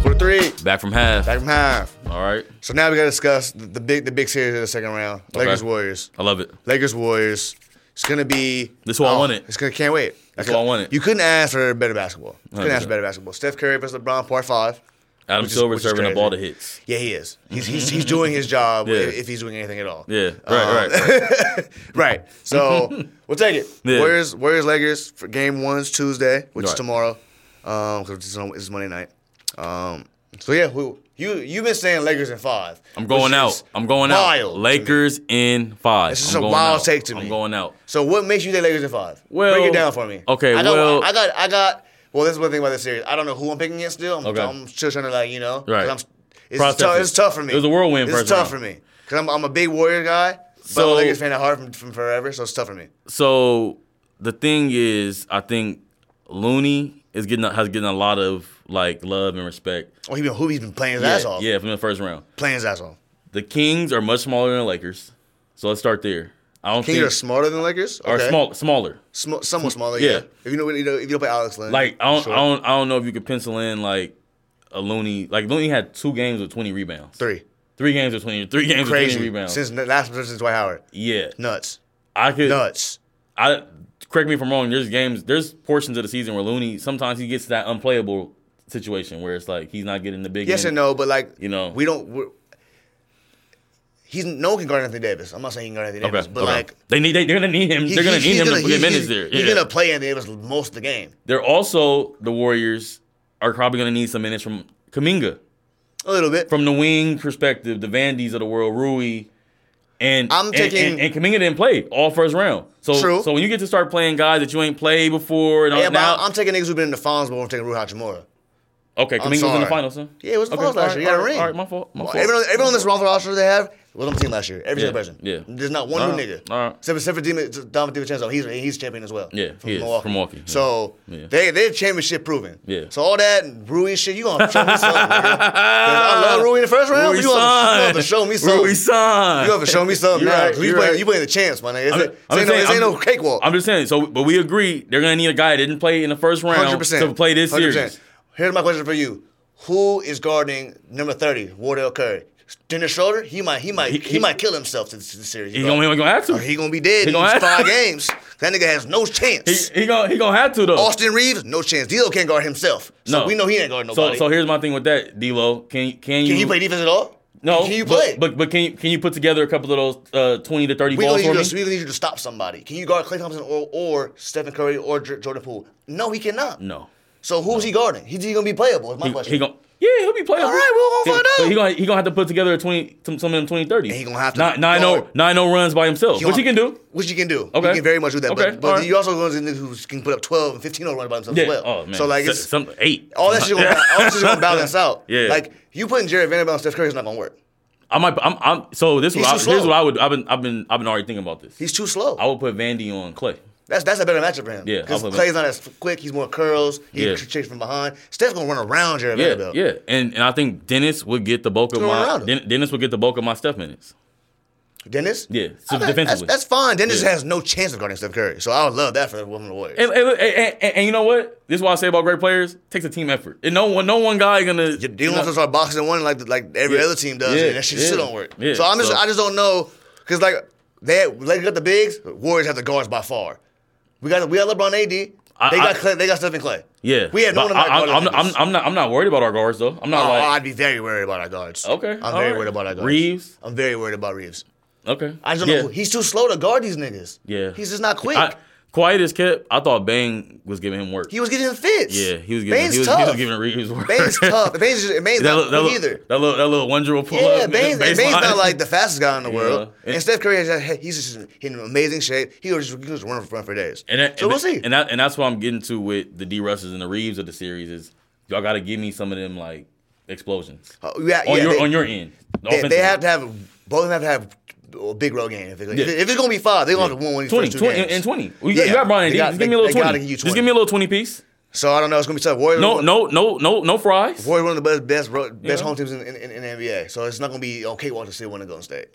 Speaker 1: Quarter three.
Speaker 2: Back from half.
Speaker 1: Back from half.
Speaker 2: All right.
Speaker 1: So now we gotta discuss the, the big the big series of the second round. Lakers Warriors.
Speaker 2: I love it.
Speaker 1: Lakers Warriors. It's gonna be oh,
Speaker 2: This who I wanted.
Speaker 1: It's gonna can't wait.
Speaker 2: This who I wanted.
Speaker 1: You couldn't ask for better basketball. You couldn't ask
Speaker 2: 100%.
Speaker 1: for better basketball. Steph Curry versus LeBron, part five.
Speaker 2: Adam
Speaker 1: Which is-
Speaker 2: Silver
Speaker 1: which is
Speaker 2: serving up
Speaker 1: crazy.
Speaker 2: all the hits.
Speaker 1: Yeah, he is. He's he's, he's doing his job
Speaker 2: (laughs) Yeah.
Speaker 1: if if he's doing anything at all.
Speaker 2: Yeah. Right.
Speaker 1: Um,
Speaker 2: right.
Speaker 1: (laughs)
Speaker 2: right.
Speaker 1: Right.
Speaker 2: (laughs)
Speaker 1: So we'll take it.
Speaker 2: Yeah.
Speaker 1: Warriors Warriors Lakers for game one's Tuesday, which is
Speaker 2: Right.
Speaker 1: tomorrow. Um, because it's, on- it's Monday night. Um, so yeah, who you you've been saying Lakers in five.
Speaker 2: I'm
Speaker 1: which
Speaker 2: going
Speaker 1: is
Speaker 2: out. I'm going
Speaker 1: wild
Speaker 2: out.
Speaker 1: to me.
Speaker 2: Lakers in five.
Speaker 1: This is
Speaker 2: I'm
Speaker 1: a
Speaker 2: going
Speaker 1: wild
Speaker 2: out.
Speaker 1: take to me.
Speaker 2: I'm going out.
Speaker 1: So what makes you think Lakers in five?
Speaker 2: Well,
Speaker 1: break it down for me.
Speaker 2: okay,
Speaker 1: I got,
Speaker 2: well-
Speaker 1: I got, I got. Well, this is one thing about this series. I don't know who I'm picking against. Still, I'm,
Speaker 2: Okay.
Speaker 1: I'm still trying to like you know. 'cause
Speaker 2: Right.
Speaker 1: I'm, it's,
Speaker 2: Process
Speaker 1: tough,
Speaker 2: it.
Speaker 1: it's tough for me.
Speaker 2: It was a whirlwind
Speaker 1: It's
Speaker 2: first
Speaker 1: tough
Speaker 2: round.
Speaker 1: for me because I'm, I'm a big Warrior guy. So I'm a
Speaker 2: So-
Speaker 1: Lakers fan at heart from, from forever, so it's tough for me.
Speaker 2: So the thing is, I think Looney is getting a- has getting a lot of like love and respect.
Speaker 1: Oh, he been who he's been playing his
Speaker 2: yeah,
Speaker 1: ass off.
Speaker 2: yeah, from the first round.
Speaker 1: playing his ass off.
Speaker 2: The Kings are much smaller than the Lakers. So let's start there. I don't
Speaker 1: Kings
Speaker 2: think
Speaker 1: are smarter than Lakers.
Speaker 2: or
Speaker 1: Okay.
Speaker 2: small smaller.
Speaker 1: Sm- somewhat smaller. Yeah.
Speaker 2: Yeah.
Speaker 1: If you know, you know, if you don't play Alex Lynn,
Speaker 2: Like I don't
Speaker 1: Sure.
Speaker 2: I don't I don't know if you could pencil in like a Looney. Like Looney had two games with twenty rebounds.
Speaker 1: three,
Speaker 2: Three games with twenty three games with twenty
Speaker 1: crazy
Speaker 2: rebounds.
Speaker 1: since the last since Dwight Howard,
Speaker 2: yeah.
Speaker 1: nuts,
Speaker 2: I could
Speaker 1: nuts.
Speaker 2: I correct me if I'm wrong. There's games, there's portions of the season where Looney sometimes he gets that unplayable situation where it's like he's not getting the big.
Speaker 1: Yes
Speaker 2: end.
Speaker 1: and no, but like
Speaker 2: You know.
Speaker 1: we don't. We're, he's no one can guard Anthony Davis. I'm not saying he can guard Anthony
Speaker 2: Okay,
Speaker 1: Davis, but
Speaker 2: okay.
Speaker 1: like
Speaker 2: they need, they, they're gonna need him.
Speaker 1: he-
Speaker 2: they're gonna
Speaker 1: he-
Speaker 2: need
Speaker 1: he's
Speaker 2: him
Speaker 1: gonna-
Speaker 2: to get
Speaker 1: he-
Speaker 2: minutes
Speaker 1: he-
Speaker 2: there.
Speaker 1: He's
Speaker 2: Yeah.
Speaker 1: gonna play Anthony Davis most of the game.
Speaker 2: they're also the Warriors are probably gonna need some minutes from Kaminga
Speaker 1: A little bit.
Speaker 2: from the wing perspective, the Vandies of the world, Rui. And
Speaker 1: I'm
Speaker 2: and-
Speaker 1: taking-
Speaker 2: and, and, Kaminga didn't play all first round. So
Speaker 1: True.
Speaker 2: so when you get to start playing guys that you ain't played before and all,
Speaker 1: yeah, but
Speaker 2: now
Speaker 1: I'm- I'm taking niggas who've been in the finals, but I'm taking Rui Hachimura.
Speaker 2: okay, Kaminga was in
Speaker 1: sorry.
Speaker 2: the finals. Huh?
Speaker 1: Yeah, it was the finals last year. He got a
Speaker 2: all right,
Speaker 1: ring.
Speaker 2: All right, my fault. My
Speaker 1: Well,
Speaker 2: fault.
Speaker 1: everyone, everyone on this Raw roster they have was on the team last year. Every
Speaker 2: Yeah,
Speaker 1: single person.
Speaker 2: yeah.
Speaker 1: There's not one
Speaker 2: All
Speaker 1: new
Speaker 2: right,
Speaker 1: nigga.
Speaker 2: all right.
Speaker 1: Except for, except for Dima- Dom DiVincenzo. He's he's champion as well.
Speaker 2: Yeah, he is, from Milwaukee, yeah.
Speaker 1: So
Speaker 2: Yeah.
Speaker 1: they they're championship proven.
Speaker 2: Yeah.
Speaker 1: So all that and Rui shit, you gonna show me
Speaker 2: (laughs)
Speaker 1: something? nigga. 'Cause I love Rui in the first round.
Speaker 2: Rui
Speaker 1: but you, gonna, you
Speaker 2: San.
Speaker 1: have to show me something.
Speaker 2: Rui San.
Speaker 1: You have to show me something.
Speaker 2: (laughs) You're
Speaker 1: now,
Speaker 2: right,
Speaker 1: 'cause you
Speaker 2: you're
Speaker 1: playing
Speaker 2: right.
Speaker 1: you playing the chance, my nigga. This, ain't-
Speaker 2: I'm
Speaker 1: this ain't,
Speaker 2: just
Speaker 1: no, this
Speaker 2: saying-
Speaker 1: ain't no
Speaker 2: I'm-
Speaker 1: cakewalk.
Speaker 2: I'm just saying. So, but we agree they're gonna need a guy that didn't play in the first round
Speaker 1: Hundred percent
Speaker 2: to play this series.
Speaker 1: Here's my question for you: Who is guarding number thirty, Wardell Curry? Dennis Schroeder? He might, he might, he,
Speaker 2: He- he-
Speaker 1: might kill himself to this, to this series.
Speaker 2: He gonna, he gonna have to.
Speaker 1: he gonna be dead
Speaker 2: he
Speaker 1: in these
Speaker 2: gonna have-
Speaker 1: five games. That nigga has no chance.
Speaker 2: He, he gonna he gonna have to though.
Speaker 1: Austin Reeves, no chance. D'Lo can't guard himself. So
Speaker 2: No.
Speaker 1: we know he ain't guarding
Speaker 2: so
Speaker 1: nobody.
Speaker 2: so here's my thing with that, D'Lo. Can can you
Speaker 1: can you play defense at all?
Speaker 2: No,
Speaker 1: Can you
Speaker 2: but-
Speaker 1: play?
Speaker 2: But, but can you can you put together a couple of those uh, twenty to thirty
Speaker 1: we
Speaker 2: balls
Speaker 1: gonna need
Speaker 2: for me?
Speaker 1: you to, we gonna need you to stop somebody. Can you guard Clay Thompson or, or Stephen Curry or J- Jordan Poole? No, he cannot.
Speaker 2: no.
Speaker 1: So who's he guarding? He's he gonna be playable? Is my
Speaker 2: He,
Speaker 1: question.
Speaker 2: he gonna yeah he'll be playing.
Speaker 1: All right, we'll
Speaker 2: he,
Speaker 1: find out.
Speaker 2: but He gonna he gonna have to put together a twenty some some of them twenty thirty.
Speaker 1: he gonna have to
Speaker 2: nine nine
Speaker 1: guard.
Speaker 2: oh nine oh runs by himself, which he can do.
Speaker 1: Which you can do. You
Speaker 2: Okay.
Speaker 1: can very much do that.
Speaker 2: Okay,
Speaker 1: But, but
Speaker 2: alright.
Speaker 1: you also going to who can put up 12 and 15 on runs by themselves
Speaker 2: Yeah.
Speaker 1: as well.
Speaker 2: Oh man.
Speaker 1: So, like, it's, Oh.
Speaker 2: some eight.
Speaker 1: all that shit's going to balance out.
Speaker 2: (laughs) Yeah.
Speaker 1: Like, you putting Jared Vanderbilt on Steph Curry is not going to work.
Speaker 2: I might. I'm. I'm so this. What I,
Speaker 1: too slow.
Speaker 2: here's what I would. I've been. I've been. I've been already thinking about this.
Speaker 1: He's too slow.
Speaker 2: I would put Vandy on Clay.
Speaker 1: That's that's a better matchup for him.
Speaker 2: Yeah,
Speaker 1: Because
Speaker 2: I'll put him-
Speaker 1: Clay's not as quick. He's more curls. He
Speaker 2: Yeah.
Speaker 1: can chase from behind. Steph's going to run around Jared
Speaker 2: Yeah,
Speaker 1: Vanderbilt.
Speaker 2: yeah, and and I think Dennis would get the bulk of
Speaker 1: Throw it
Speaker 2: my
Speaker 1: around him.
Speaker 2: Den- Dennis would get the bulk of my Steph minutes.
Speaker 1: Dennis?
Speaker 2: Yeah, so
Speaker 1: I bet-
Speaker 2: defensively.
Speaker 1: That's, that's fine. Dennis
Speaker 2: Yeah.
Speaker 1: has no chance of guarding Steph Curry. So I would love that for the woman of the Warriors.
Speaker 2: And, and, look, and- and- and you know what? This is what I say about great players. takes a team effort. And no one, no one guy gonna.
Speaker 1: You don't have to start boxing one like like every
Speaker 2: Yeah.
Speaker 1: other team does,
Speaker 2: Yeah.
Speaker 1: and that shit
Speaker 2: Yeah.
Speaker 1: still don't work.
Speaker 2: Yeah.
Speaker 1: So I'm just
Speaker 2: So-
Speaker 1: I just don't know because like they had, Lakers got the bigs, Warriors have the guards by far. We got we got LeBron AD.
Speaker 2: I,
Speaker 1: They
Speaker 2: I-
Speaker 1: got Clay, they got Stephen Clay.
Speaker 2: yeah.
Speaker 1: we had no one
Speaker 2: But
Speaker 1: in my
Speaker 2: I,
Speaker 1: guard
Speaker 2: am
Speaker 1: like
Speaker 2: I'm,
Speaker 1: this.
Speaker 2: I'm not. I'm not worried about our guards though. I'm not
Speaker 1: Oh,
Speaker 2: like
Speaker 1: I'd be very worried about our guards.
Speaker 2: okay.
Speaker 1: I'm
Speaker 2: all
Speaker 1: very
Speaker 2: right.
Speaker 1: worried about our guards.
Speaker 2: Reeves.
Speaker 1: I'm very worried about Reeves.
Speaker 2: Okay.
Speaker 1: I just don't
Speaker 2: yeah.
Speaker 1: know. who- He's too slow to guard these niggas.
Speaker 2: Yeah.
Speaker 1: He's just not quick.
Speaker 2: I, quiet as kept. I thought Bang was giving him work.
Speaker 1: he was getting fits.
Speaker 2: yeah, he was giving.
Speaker 1: Bane's
Speaker 2: He was,
Speaker 1: tough.
Speaker 2: he was giving Reeves work.
Speaker 1: Bane's
Speaker 2: (laughs)
Speaker 1: tough. Bane's, just, Bane's
Speaker 2: that,
Speaker 1: not
Speaker 2: little, that,
Speaker 1: quick
Speaker 2: little,
Speaker 1: either.
Speaker 2: that little that little one dribble pull
Speaker 1: Yeah,
Speaker 2: up.
Speaker 1: Bane's, and Bane's
Speaker 2: baseline.
Speaker 1: not like the fastest guy in the world.
Speaker 2: Yeah.
Speaker 1: And Steph Curry, has that- he's just in amazing shape. He was just, he was running for, run for days.
Speaker 2: And that,
Speaker 1: so
Speaker 2: and
Speaker 1: we'll
Speaker 2: that-
Speaker 1: see.
Speaker 2: And, that, and that's what I'm getting to with the D Russes and the Reeves of the series is y'all got to give me some of them like explosions
Speaker 1: Uh, yeah,
Speaker 2: on
Speaker 1: yeah,
Speaker 2: your
Speaker 1: they,
Speaker 2: on your end. the
Speaker 1: they,
Speaker 2: offensive
Speaker 1: they have
Speaker 2: end.
Speaker 1: to have both of them have to have a big road game. If, it,
Speaker 2: Yeah.
Speaker 1: if it's gonna be five, they're gonna have to win one of these
Speaker 2: 20,
Speaker 1: first two
Speaker 2: 20
Speaker 1: games.
Speaker 2: and 20. Well, you,
Speaker 1: Yeah,
Speaker 2: you got Brian.
Speaker 1: they
Speaker 2: D.
Speaker 1: got-
Speaker 2: just
Speaker 1: they-
Speaker 2: give me a
Speaker 1: they
Speaker 2: little
Speaker 1: gotta
Speaker 2: 20.
Speaker 1: give you
Speaker 2: Just give me a little 20 piece.
Speaker 1: So I don't know. It's gonna be tough. Warriors.
Speaker 2: No, no, no, no, no fries.
Speaker 1: Warriors one of the best best ro- best
Speaker 2: Yeah.
Speaker 1: home teams in, in, in, in the NBA. So it's not gonna be okay walk to see one in Golden State.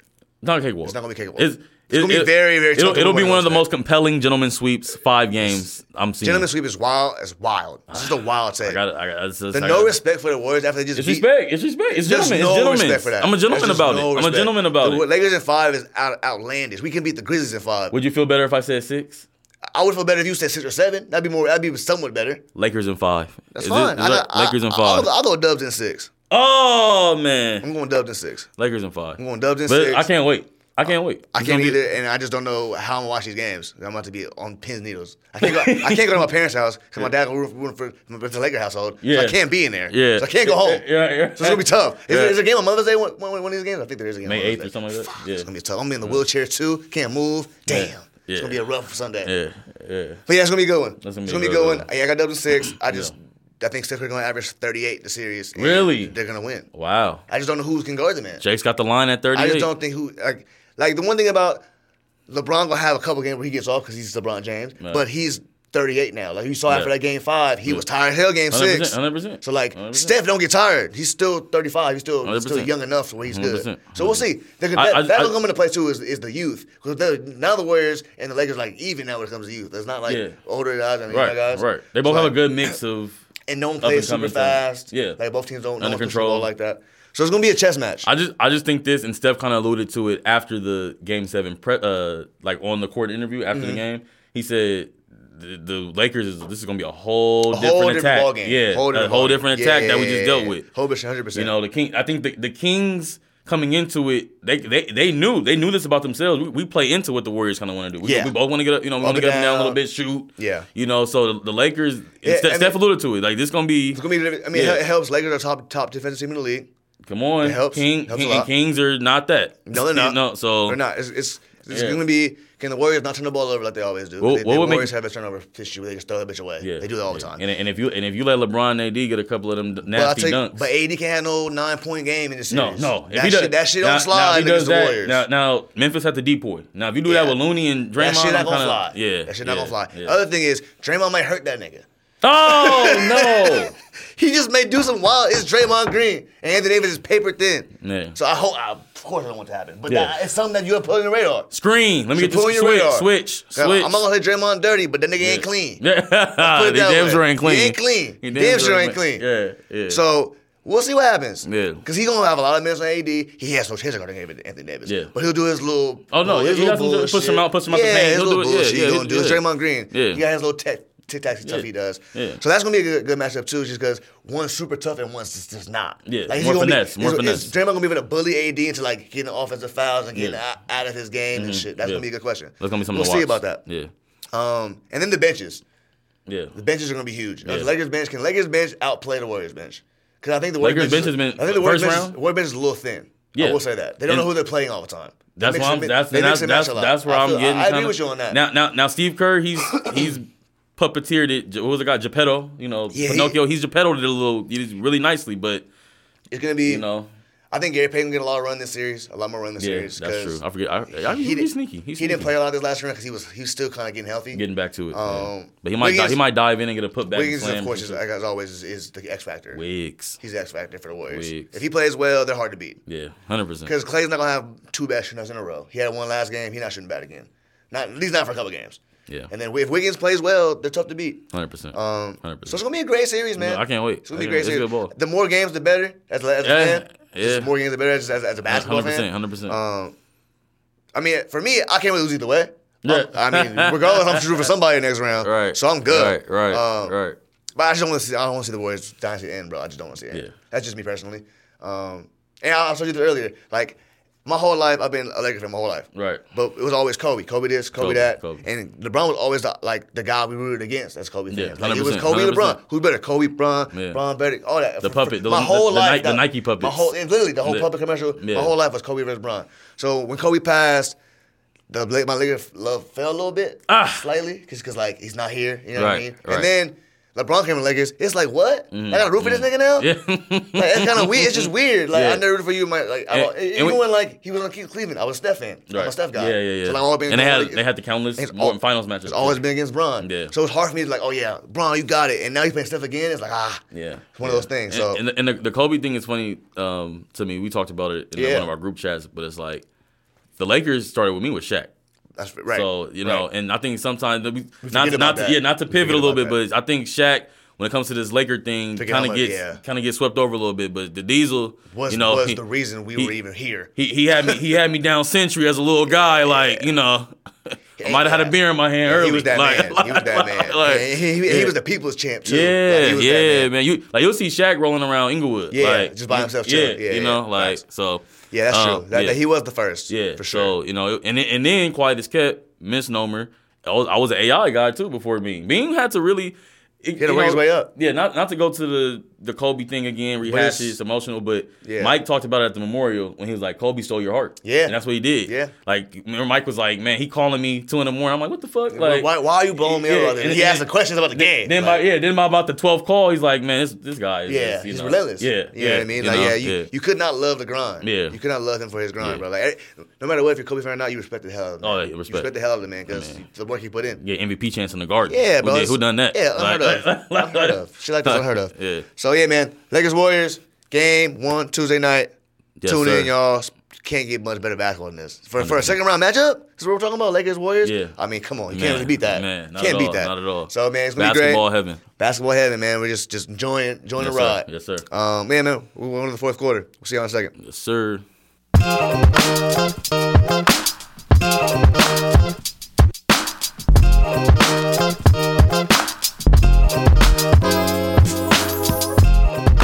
Speaker 2: Not a cakewalk. It's
Speaker 1: not gonna be a cakewalk.
Speaker 2: It's,
Speaker 1: gonna be very, very tough
Speaker 2: It'll,
Speaker 1: to
Speaker 2: it'll be
Speaker 1: win
Speaker 2: one of the
Speaker 1: those
Speaker 2: most compelling gentleman sweeps five games I'm seeing.
Speaker 1: Gentlemen sweep is wild. It's wild. It's just a wild take.
Speaker 2: (sighs) I got it. I got it. It's, it's,
Speaker 1: The
Speaker 2: I
Speaker 1: no
Speaker 2: got it.
Speaker 1: respect for the Warriors after they just
Speaker 2: It's
Speaker 1: beat.
Speaker 2: respect. It's respect. It's
Speaker 1: There's
Speaker 2: gentlemen.
Speaker 1: no
Speaker 2: It's gentlemen.
Speaker 1: respect for that.
Speaker 2: I'm a gentleman
Speaker 1: There's just
Speaker 2: about
Speaker 1: no
Speaker 2: it. I'm a
Speaker 1: respect.
Speaker 2: gentleman about
Speaker 1: the
Speaker 2: it.
Speaker 1: Lakers in five is out, outlandish. We can beat the Grizzlies in five.
Speaker 2: Would you feel better if I said six?
Speaker 1: I would feel better if you said six or seven. That'd be more. That'd be somewhat better.
Speaker 2: Lakers in five.
Speaker 1: That's
Speaker 2: Is it-
Speaker 1: fine.
Speaker 2: is it Lakers in
Speaker 1: I'll,
Speaker 2: five.
Speaker 1: go- I'll go Dubs in six.
Speaker 2: Oh man,
Speaker 1: I'm going Dubs in six.
Speaker 2: Lakers in five.
Speaker 1: I'm going Dubs in
Speaker 2: But
Speaker 1: six.
Speaker 2: I can't wait. I can't wait.
Speaker 1: I
Speaker 2: It's
Speaker 1: can't
Speaker 2: gonna be-
Speaker 1: either, and I just don't know how I'm gonna watch these games. I'm about to be on pins and needles. I can't go. I can't go to my parents' house because
Speaker 2: (laughs)
Speaker 1: my dad will root root for, for the Laker household. Yeah.
Speaker 2: Yeah.
Speaker 1: I can't be in there.
Speaker 2: Yeah.
Speaker 1: So I can't go home.
Speaker 2: Yeah, yeah.
Speaker 1: So it's gonna be tough. Is,
Speaker 2: Yeah.
Speaker 1: there, is there a game on Mother's Day? One, one, one of these games? I think there is a game.
Speaker 2: May
Speaker 1: on Mother's
Speaker 2: 8th
Speaker 1: Day.
Speaker 2: or something like that?
Speaker 1: Fuck,
Speaker 2: Yeah.
Speaker 1: It's gonna be tough. I'm in the wheelchair too. Can't move. Damn.
Speaker 2: Yeah.
Speaker 1: It's gonna be a rough Sunday.
Speaker 2: Yeah, yeah.
Speaker 1: But yeah, it's gonna be a good one.
Speaker 2: That's
Speaker 1: it's gonna be a good one. Yeah, I got double six. I just I think Steph Curry gonna average thirty eight the series. and
Speaker 2: Really?
Speaker 1: They're gonna win.
Speaker 2: Wow.
Speaker 1: I just don't know who's can guard the man.
Speaker 2: Jake's got the line at 38.
Speaker 1: I just don't think who like like the one thing about LeBron gonna have a couple games where he gets off because he's LeBron James, but he's thirty eight now. Like you saw after
Speaker 2: Yeah.
Speaker 1: that game five, he was tired. as Hell, game
Speaker 2: 100%,
Speaker 1: six.
Speaker 2: 100%.
Speaker 1: So like
Speaker 2: 100%.
Speaker 1: Steph don't get tired. He's still thirty five. He's still he's still
Speaker 2: 100%.
Speaker 1: young enough where he's good.
Speaker 2: 100%.
Speaker 1: So we'll see. That, that,
Speaker 2: I- I-
Speaker 1: that'll
Speaker 2: I-
Speaker 1: come into play too is, is the youth because now the Warriors and the Lakers like even now when it comes to youth. It's not like
Speaker 2: Yeah.
Speaker 1: older guys and
Speaker 2: Right,
Speaker 1: younger guys.
Speaker 2: right. They both
Speaker 1: So,
Speaker 2: have
Speaker 1: like,
Speaker 2: a good mix of.
Speaker 1: and no one
Speaker 2: and
Speaker 1: plays super
Speaker 2: coming
Speaker 1: fast.
Speaker 2: thing. Yeah.
Speaker 1: like both teams don't no
Speaker 2: Under
Speaker 1: one pushes the ball
Speaker 2: control.
Speaker 1: like that. So it's gonna be a chess match.
Speaker 2: I just, I just think this, and Steph kind of alluded to it after the game seven, pre, uh, like on the court interview after
Speaker 1: Mm-hmm.
Speaker 2: the game. He said the, the Lakers is this is gonna be a whole
Speaker 1: A
Speaker 2: different
Speaker 1: whole different
Speaker 2: attack,
Speaker 1: ball game.
Speaker 2: yeah, a whole
Speaker 1: ball game.
Speaker 2: different
Speaker 1: Yeah,
Speaker 2: attack that we
Speaker 1: yeah,
Speaker 2: just
Speaker 1: yeah,
Speaker 2: dealt
Speaker 1: yeah.
Speaker 2: with.
Speaker 1: Whole bitch, hundred
Speaker 2: You
Speaker 1: percent.
Speaker 2: know, the king. I think the, the Kings coming into it, they they, they knew they knew this about themselves. We, we play into what the Warriors kind of want to do. We,
Speaker 1: Yeah.
Speaker 2: we both want to get up. You know, we want
Speaker 1: and
Speaker 2: to get up and down a
Speaker 1: down.
Speaker 2: little bit, shoot.
Speaker 1: Yeah.
Speaker 2: You know, so the, the Lakers.
Speaker 1: Yeah,
Speaker 2: Yeah, Steph,
Speaker 1: I
Speaker 2: Steph
Speaker 1: mean-
Speaker 2: alluded to it. Like this gonna be.
Speaker 1: It's gonna be. I mean,
Speaker 2: Yeah.
Speaker 1: it helps Lakers are top top defensive team in the league.
Speaker 2: Come on,
Speaker 1: It helps.
Speaker 2: King,
Speaker 1: Helps a
Speaker 2: King- and
Speaker 1: lot.
Speaker 2: Kings are not that.
Speaker 1: No, they're not.
Speaker 2: No, so
Speaker 1: They're not. It's it's, it's
Speaker 2: Yeah.
Speaker 1: gonna be. Can the Warriors not turn the ball over like they always do?
Speaker 2: What-
Speaker 1: they,
Speaker 2: what
Speaker 1: the
Speaker 2: would make-
Speaker 1: Warriors have a turnover issue. They just throw that bitch away.
Speaker 2: Yeah,
Speaker 1: They do that all the
Speaker 2: yeah.
Speaker 1: time.
Speaker 2: And, and if you and if you let LeBron and AD get a couple of them d-
Speaker 1: but I
Speaker 2: nasty
Speaker 1: take,
Speaker 2: dunks,
Speaker 1: but AD can't have no nine point game in the
Speaker 2: no,
Speaker 1: series.
Speaker 2: no, if
Speaker 1: that
Speaker 2: he
Speaker 1: shit
Speaker 2: does,
Speaker 1: that shit
Speaker 2: now,
Speaker 1: don't
Speaker 2: now
Speaker 1: slide
Speaker 2: if he
Speaker 1: against
Speaker 2: does
Speaker 1: the
Speaker 2: that,
Speaker 1: Warriors.
Speaker 2: Now, now Memphis had to deploy. Now if you do
Speaker 1: Yeah.
Speaker 2: that with Looney and Draymond,
Speaker 1: that shit
Speaker 2: I'm
Speaker 1: not gonna
Speaker 2: kinda-
Speaker 1: fly.
Speaker 2: Yeah,
Speaker 1: that shit not
Speaker 2: yeah,
Speaker 1: gonna fly.
Speaker 2: yeah.
Speaker 1: Other thing is, Draymond might hurt that nigga.
Speaker 2: Oh
Speaker 1: (laughs) He just may do some wild. It's Draymond Green and Anthony Davis is paper thin. (laughs)
Speaker 2: Yeah.
Speaker 1: So I hope, I, of course, I don't want it to happen. But
Speaker 2: Yeah.
Speaker 1: that, it's something that you're putting on the radar.
Speaker 2: Screen. Let me
Speaker 1: So
Speaker 2: get
Speaker 1: put on
Speaker 2: this
Speaker 1: your
Speaker 2: switch.
Speaker 1: radar.
Speaker 2: Switch.
Speaker 1: Now,
Speaker 2: Switch.
Speaker 1: I'm not gonna say Draymond dirty, but that nigga ain't clean. put
Speaker 2: yeah.
Speaker 1: it
Speaker 2: (laughs) they
Speaker 1: that
Speaker 2: damn
Speaker 1: way.
Speaker 2: sure ain't
Speaker 1: He
Speaker 2: clean.
Speaker 1: ain't clean.
Speaker 2: He
Speaker 1: Damn sure ain't
Speaker 2: Yeah. Yeah.
Speaker 1: So we'll see what happens.
Speaker 2: Yeah.
Speaker 1: Because he's gonna have a lot of minutes on AD. He has no chance guarding Anthony Davis.
Speaker 2: Yeah.
Speaker 1: But he'll do his little.
Speaker 2: Oh, no,
Speaker 1: his
Speaker 2: he got some- push him out- push him out the
Speaker 1: yeah,
Speaker 2: paint.
Speaker 1: His
Speaker 2: He'll
Speaker 1: little
Speaker 2: do it. Yeah,
Speaker 1: bullshit.
Speaker 2: yeah,
Speaker 1: he's gonna do his
Speaker 2: yeah.
Speaker 1: Draymond Green.
Speaker 2: Yeah.
Speaker 1: He got his little tech. Tic tac stuff he does.
Speaker 2: Yeah.
Speaker 1: So that's gonna be a good, good matchup too, just because one's super tough and one's just, just not.
Speaker 2: Yeah,
Speaker 1: he's
Speaker 2: more
Speaker 1: gonna be-
Speaker 2: finesse,
Speaker 1: he's
Speaker 2: more
Speaker 1: gonna- is
Speaker 2: finesse.
Speaker 1: Draymond gonna be able to bully AD into like getting offensive fouls and getting
Speaker 2: Yeah. Mm-hmm.
Speaker 1: out, out of his game and shit. That's
Speaker 2: Yeah.
Speaker 1: gonna be a good question.
Speaker 2: That's gonna be something
Speaker 1: We'll
Speaker 2: to
Speaker 1: see
Speaker 2: watch.
Speaker 1: about that.
Speaker 2: Yeah.
Speaker 1: Um, and then the benches.
Speaker 2: Yeah.
Speaker 1: The benches are going to be huge. Uh,
Speaker 2: Yeah.
Speaker 1: The Lakers bench can Lakers bench outplay the Warriors bench because I think the Warriors
Speaker 2: Lakers
Speaker 1: bench,
Speaker 2: bench has been-
Speaker 1: I think the Warriors
Speaker 2: first
Speaker 1: bench, is-
Speaker 2: round?
Speaker 1: the Warriors bench is a little thin. I
Speaker 2: Yeah.
Speaker 1: will say that they don't
Speaker 2: And-
Speaker 1: know who they're playing all the time. They
Speaker 2: That's
Speaker 1: mix
Speaker 2: why
Speaker 1: and
Speaker 2: I'm.
Speaker 1: mi-
Speaker 2: That's
Speaker 1: they
Speaker 2: that's
Speaker 1: mix and match
Speaker 2: that's,
Speaker 1: a lot.
Speaker 2: that's where
Speaker 1: I
Speaker 2: I'm
Speaker 1: feel-
Speaker 2: getting.
Speaker 1: I, I agree
Speaker 2: kinda-
Speaker 1: with you on that.
Speaker 2: Now, now, now, Steve
Speaker 1: (clears throat)
Speaker 2: Kerr, he's he's puppeteered it. What was the guy? Geppetto. You know,
Speaker 1: Yeah, he-
Speaker 2: Pinocchio. he's Geppettoed it a little. He did really nicely, but
Speaker 1: it's going to be.
Speaker 2: you know,
Speaker 1: I think Gary Payton gonna get a lot of run this series. A lot more run this
Speaker 2: yeah,
Speaker 1: series.
Speaker 2: that's
Speaker 1: 'cause
Speaker 2: true. I forget. I, I,
Speaker 1: he
Speaker 2: he,
Speaker 1: didn't-
Speaker 2: he's sneaky. He's
Speaker 1: He
Speaker 2: sneaky.
Speaker 1: didn't play a lot this last round because he was he was still kind of getting healthy.
Speaker 2: Getting back to it, yeah.
Speaker 1: Um,
Speaker 2: but he might die,
Speaker 1: Wiggins-
Speaker 2: he might dive in and get a putback.
Speaker 1: Wiggins,
Speaker 2: slam
Speaker 1: of course, is,
Speaker 2: from-
Speaker 1: as always, is, is the X factor.
Speaker 2: Wigs.
Speaker 1: He's the X factor for the Warriors.
Speaker 2: Wigs.
Speaker 1: If he plays well, they're hard to beat.
Speaker 2: Yeah, hundred percent.
Speaker 1: Because Clay's not gonna have two bad shooters in a row. He had one last game. He not shooting bad again. Not at least not for a couple games.
Speaker 2: Yeah.
Speaker 1: And then if Wiggins plays well, they're tough to beat.
Speaker 2: Hundred percent.
Speaker 1: Um,
Speaker 2: Hundred
Speaker 1: so it's
Speaker 2: percent.
Speaker 1: gonna be a great series, man.
Speaker 2: I can't wait.
Speaker 1: It's gonna be a
Speaker 2: I
Speaker 1: great
Speaker 2: can't- it's
Speaker 1: series.
Speaker 2: good ball.
Speaker 1: The more games, the better. As, a- as a
Speaker 2: Yeah,
Speaker 1: fan, Just
Speaker 2: yeah.
Speaker 1: the more games, the better. As, as, as a basketball
Speaker 2: Hundred percent.
Speaker 1: fan.
Speaker 2: Hundred percent.
Speaker 1: Um, I mean, for me, I can't really lose either way. Yeah. I mean, regardless,
Speaker 2: (laughs)
Speaker 1: I'm true for somebody next round.
Speaker 2: Right.
Speaker 1: So I'm good.
Speaker 2: Right, right,
Speaker 1: Um,
Speaker 2: right. (laughs)
Speaker 1: But I just don't want to see. I don't want to see the Warriors dynasty end, bro. I just don't want to see it. end.
Speaker 2: Yeah.
Speaker 1: That's just me personally. Um, and I, I told you this earlier. Like my whole life, I've been a Laker fan my whole life.
Speaker 2: Right.
Speaker 1: But it was always Kobe. Kobe this, Kobe,
Speaker 2: Kobe,
Speaker 1: that,
Speaker 2: Kobe.
Speaker 1: and LeBron was always the, like the guy we rooted against. That's Kobe.
Speaker 2: Yeah,
Speaker 1: fans. Like, it was
Speaker 2: 100%,
Speaker 1: Kobe and LeBron.
Speaker 2: 100%.
Speaker 1: Who's better? Kobe, Bron,
Speaker 2: Yeah.
Speaker 1: Bron, Betty, all that.
Speaker 2: The puppet, the-
Speaker 1: my
Speaker 2: the-
Speaker 1: whole
Speaker 2: the
Speaker 1: life,
Speaker 2: Ni- the Nike
Speaker 1: My
Speaker 2: puppets.
Speaker 1: whole, and literally the whole
Speaker 2: Yeah.
Speaker 1: puppet commercial. My
Speaker 2: Yeah.
Speaker 1: whole life was Kobe versus Bron. So when Kobe passed. The Blake, my Laker love fell a little bit,
Speaker 2: Ah.
Speaker 1: slightly, because like he's not here, you know what I
Speaker 2: Right,
Speaker 1: mean.
Speaker 2: right.
Speaker 1: And then LeBron came to Lakers. It's like what?
Speaker 2: Mm-hmm.
Speaker 1: I got to root for this nigga now.
Speaker 2: Yeah.
Speaker 1: Like, it's kind of weird.
Speaker 2: (laughs)
Speaker 1: It's just weird. Like
Speaker 2: Mm-hmm. Yeah.
Speaker 1: I never rooted for you. My like I,
Speaker 2: And-
Speaker 1: don't- even
Speaker 2: and we-
Speaker 1: when like he was on Cleveland, I was Steph fan. I'm a
Speaker 2: Right.
Speaker 1: Steph guy.
Speaker 2: Yeah, yeah, yeah.
Speaker 1: So like, I've always been
Speaker 2: and they had
Speaker 1: Lakers.
Speaker 2: they had the countless
Speaker 1: It's
Speaker 2: more
Speaker 1: al-
Speaker 2: finals matches.
Speaker 1: It's always been against Bron.
Speaker 2: Yeah.
Speaker 1: So it's hard for me to like, oh yeah, Bron, you got it. And now you're playing Steph again. It's like ah,
Speaker 2: yeah,
Speaker 1: It's one
Speaker 2: yeah.
Speaker 1: of those things.
Speaker 2: And-
Speaker 1: So
Speaker 2: and, the, and the, the Kobe thing is funny um, to me. We talked about it in
Speaker 1: Yeah.
Speaker 2: one of our group chats, but it's like the Lakers started with me with Shaq.
Speaker 1: that's right.
Speaker 2: So you know, and I think sometimes that we, not
Speaker 1: forget
Speaker 2: to,
Speaker 1: about
Speaker 2: not to,
Speaker 1: that.
Speaker 2: yeah not to
Speaker 1: We
Speaker 2: pivot a
Speaker 1: forget
Speaker 2: little bit,
Speaker 1: about
Speaker 2: but I think Shaq. When it comes to this Laker thing,
Speaker 1: Forget how
Speaker 2: kind of
Speaker 1: much-
Speaker 2: gets
Speaker 1: yeah.
Speaker 2: kind of gets swept over a little bit, but the Diesel,
Speaker 1: was
Speaker 2: you know,
Speaker 1: was
Speaker 2: he,
Speaker 1: the reason we
Speaker 2: he-
Speaker 1: were even here.
Speaker 2: he he had me he had me down century as a little guy, like you know, I might have had a beer in my hand early.
Speaker 1: He was that
Speaker 2: like,
Speaker 1: man. he was
Speaker 2: (laughs)
Speaker 1: that man.
Speaker 2: like-
Speaker 1: And he, he- he
Speaker 2: yeah.
Speaker 1: was the people's champ too.
Speaker 2: Yeah,
Speaker 1: Like, he was that
Speaker 2: yeah,
Speaker 1: man.
Speaker 2: man. You like you'll see Shaq rolling around Inglewood.
Speaker 1: Yeah,
Speaker 2: like,
Speaker 1: just by
Speaker 2: you-
Speaker 1: himself
Speaker 2: Yeah,
Speaker 1: chilling. Yeah,
Speaker 2: you know,
Speaker 1: yeah,
Speaker 2: like
Speaker 1: facts.
Speaker 2: so.
Speaker 1: Yeah, that's
Speaker 2: um,
Speaker 1: true. That,
Speaker 2: yeah,
Speaker 1: that he was the first.
Speaker 2: yeah,
Speaker 1: for sure.
Speaker 2: So you know, and then- and then quiet as kept misnomer. I was, I was an AI guy too before Beam. Beam had to really. It,
Speaker 1: had to
Speaker 2: you
Speaker 1: work his
Speaker 2: know,
Speaker 1: way up.
Speaker 2: Yeah, not not to go to the the Kobe thing again, rehash
Speaker 1: it's-
Speaker 2: it, it's emotional. But
Speaker 1: Yeah.
Speaker 2: Mike talked about it at the memorial when he was like, "Kobe stole your heart."
Speaker 1: Yeah.
Speaker 2: and that's what he did.
Speaker 1: Yeah.
Speaker 2: like remember Mike was like, "Man, he calling me two in the morning." I'm like, "What the fuck?" Like,
Speaker 1: why, why are you blowing me
Speaker 2: yeah,
Speaker 1: up about this?
Speaker 2: and
Speaker 1: He
Speaker 2: then-
Speaker 1: asked the questions about the game.
Speaker 2: Then
Speaker 1: Like,
Speaker 2: by yeah, then by about the twelfth call, he's like, man, this this guy is
Speaker 1: Yeah,
Speaker 2: just, you
Speaker 1: he's
Speaker 2: know,
Speaker 1: relentless.
Speaker 2: Yeah,
Speaker 1: you know what I mean. Like,
Speaker 2: know,
Speaker 1: yeah, you, you could not love the grind.
Speaker 2: Yeah.
Speaker 1: you could not love him for his grind, bro.
Speaker 2: Yeah.
Speaker 1: Like, no matter what, if you're Kobe fan or not, you respect the hell. Out of him.
Speaker 2: Oh, yeah,
Speaker 1: you
Speaker 2: respect.
Speaker 1: respect the hell out of the man because the work he put in.
Speaker 2: yeah, MVP chance in the garden.
Speaker 1: Yeah,
Speaker 2: Who
Speaker 1: bro.
Speaker 2: did-
Speaker 1: it's-
Speaker 2: Who done that?
Speaker 1: Yeah, unheard of.
Speaker 2: Like- (laughs)
Speaker 1: unheard of. Shit like this, unheard of.
Speaker 2: Yeah.
Speaker 1: So yeah, man. Lakers Warriors game one Tuesday night.
Speaker 2: Yes,
Speaker 1: Tune
Speaker 2: sir.
Speaker 1: in, y'all. Can't get much better basketball than this. For, for a second round matchup, is what we're talking about, Lakers Warriors.
Speaker 2: Yeah.
Speaker 1: I mean, come on, you
Speaker 2: Man,
Speaker 1: can't really beat that.
Speaker 2: Man, not
Speaker 1: can't
Speaker 2: at
Speaker 1: beat
Speaker 2: all,
Speaker 1: that.
Speaker 2: Not at all.
Speaker 1: So man, it's gonna
Speaker 2: basketball
Speaker 1: be great.
Speaker 2: heaven.
Speaker 1: Basketball heaven, man. We're just just enjoying enjoying
Speaker 2: Yes,
Speaker 1: the
Speaker 2: sir.
Speaker 1: ride.
Speaker 2: Yes, sir.
Speaker 1: Um, man, man, we went to the fourth quarter. We'll see y'all in a second.
Speaker 2: Yes, sir.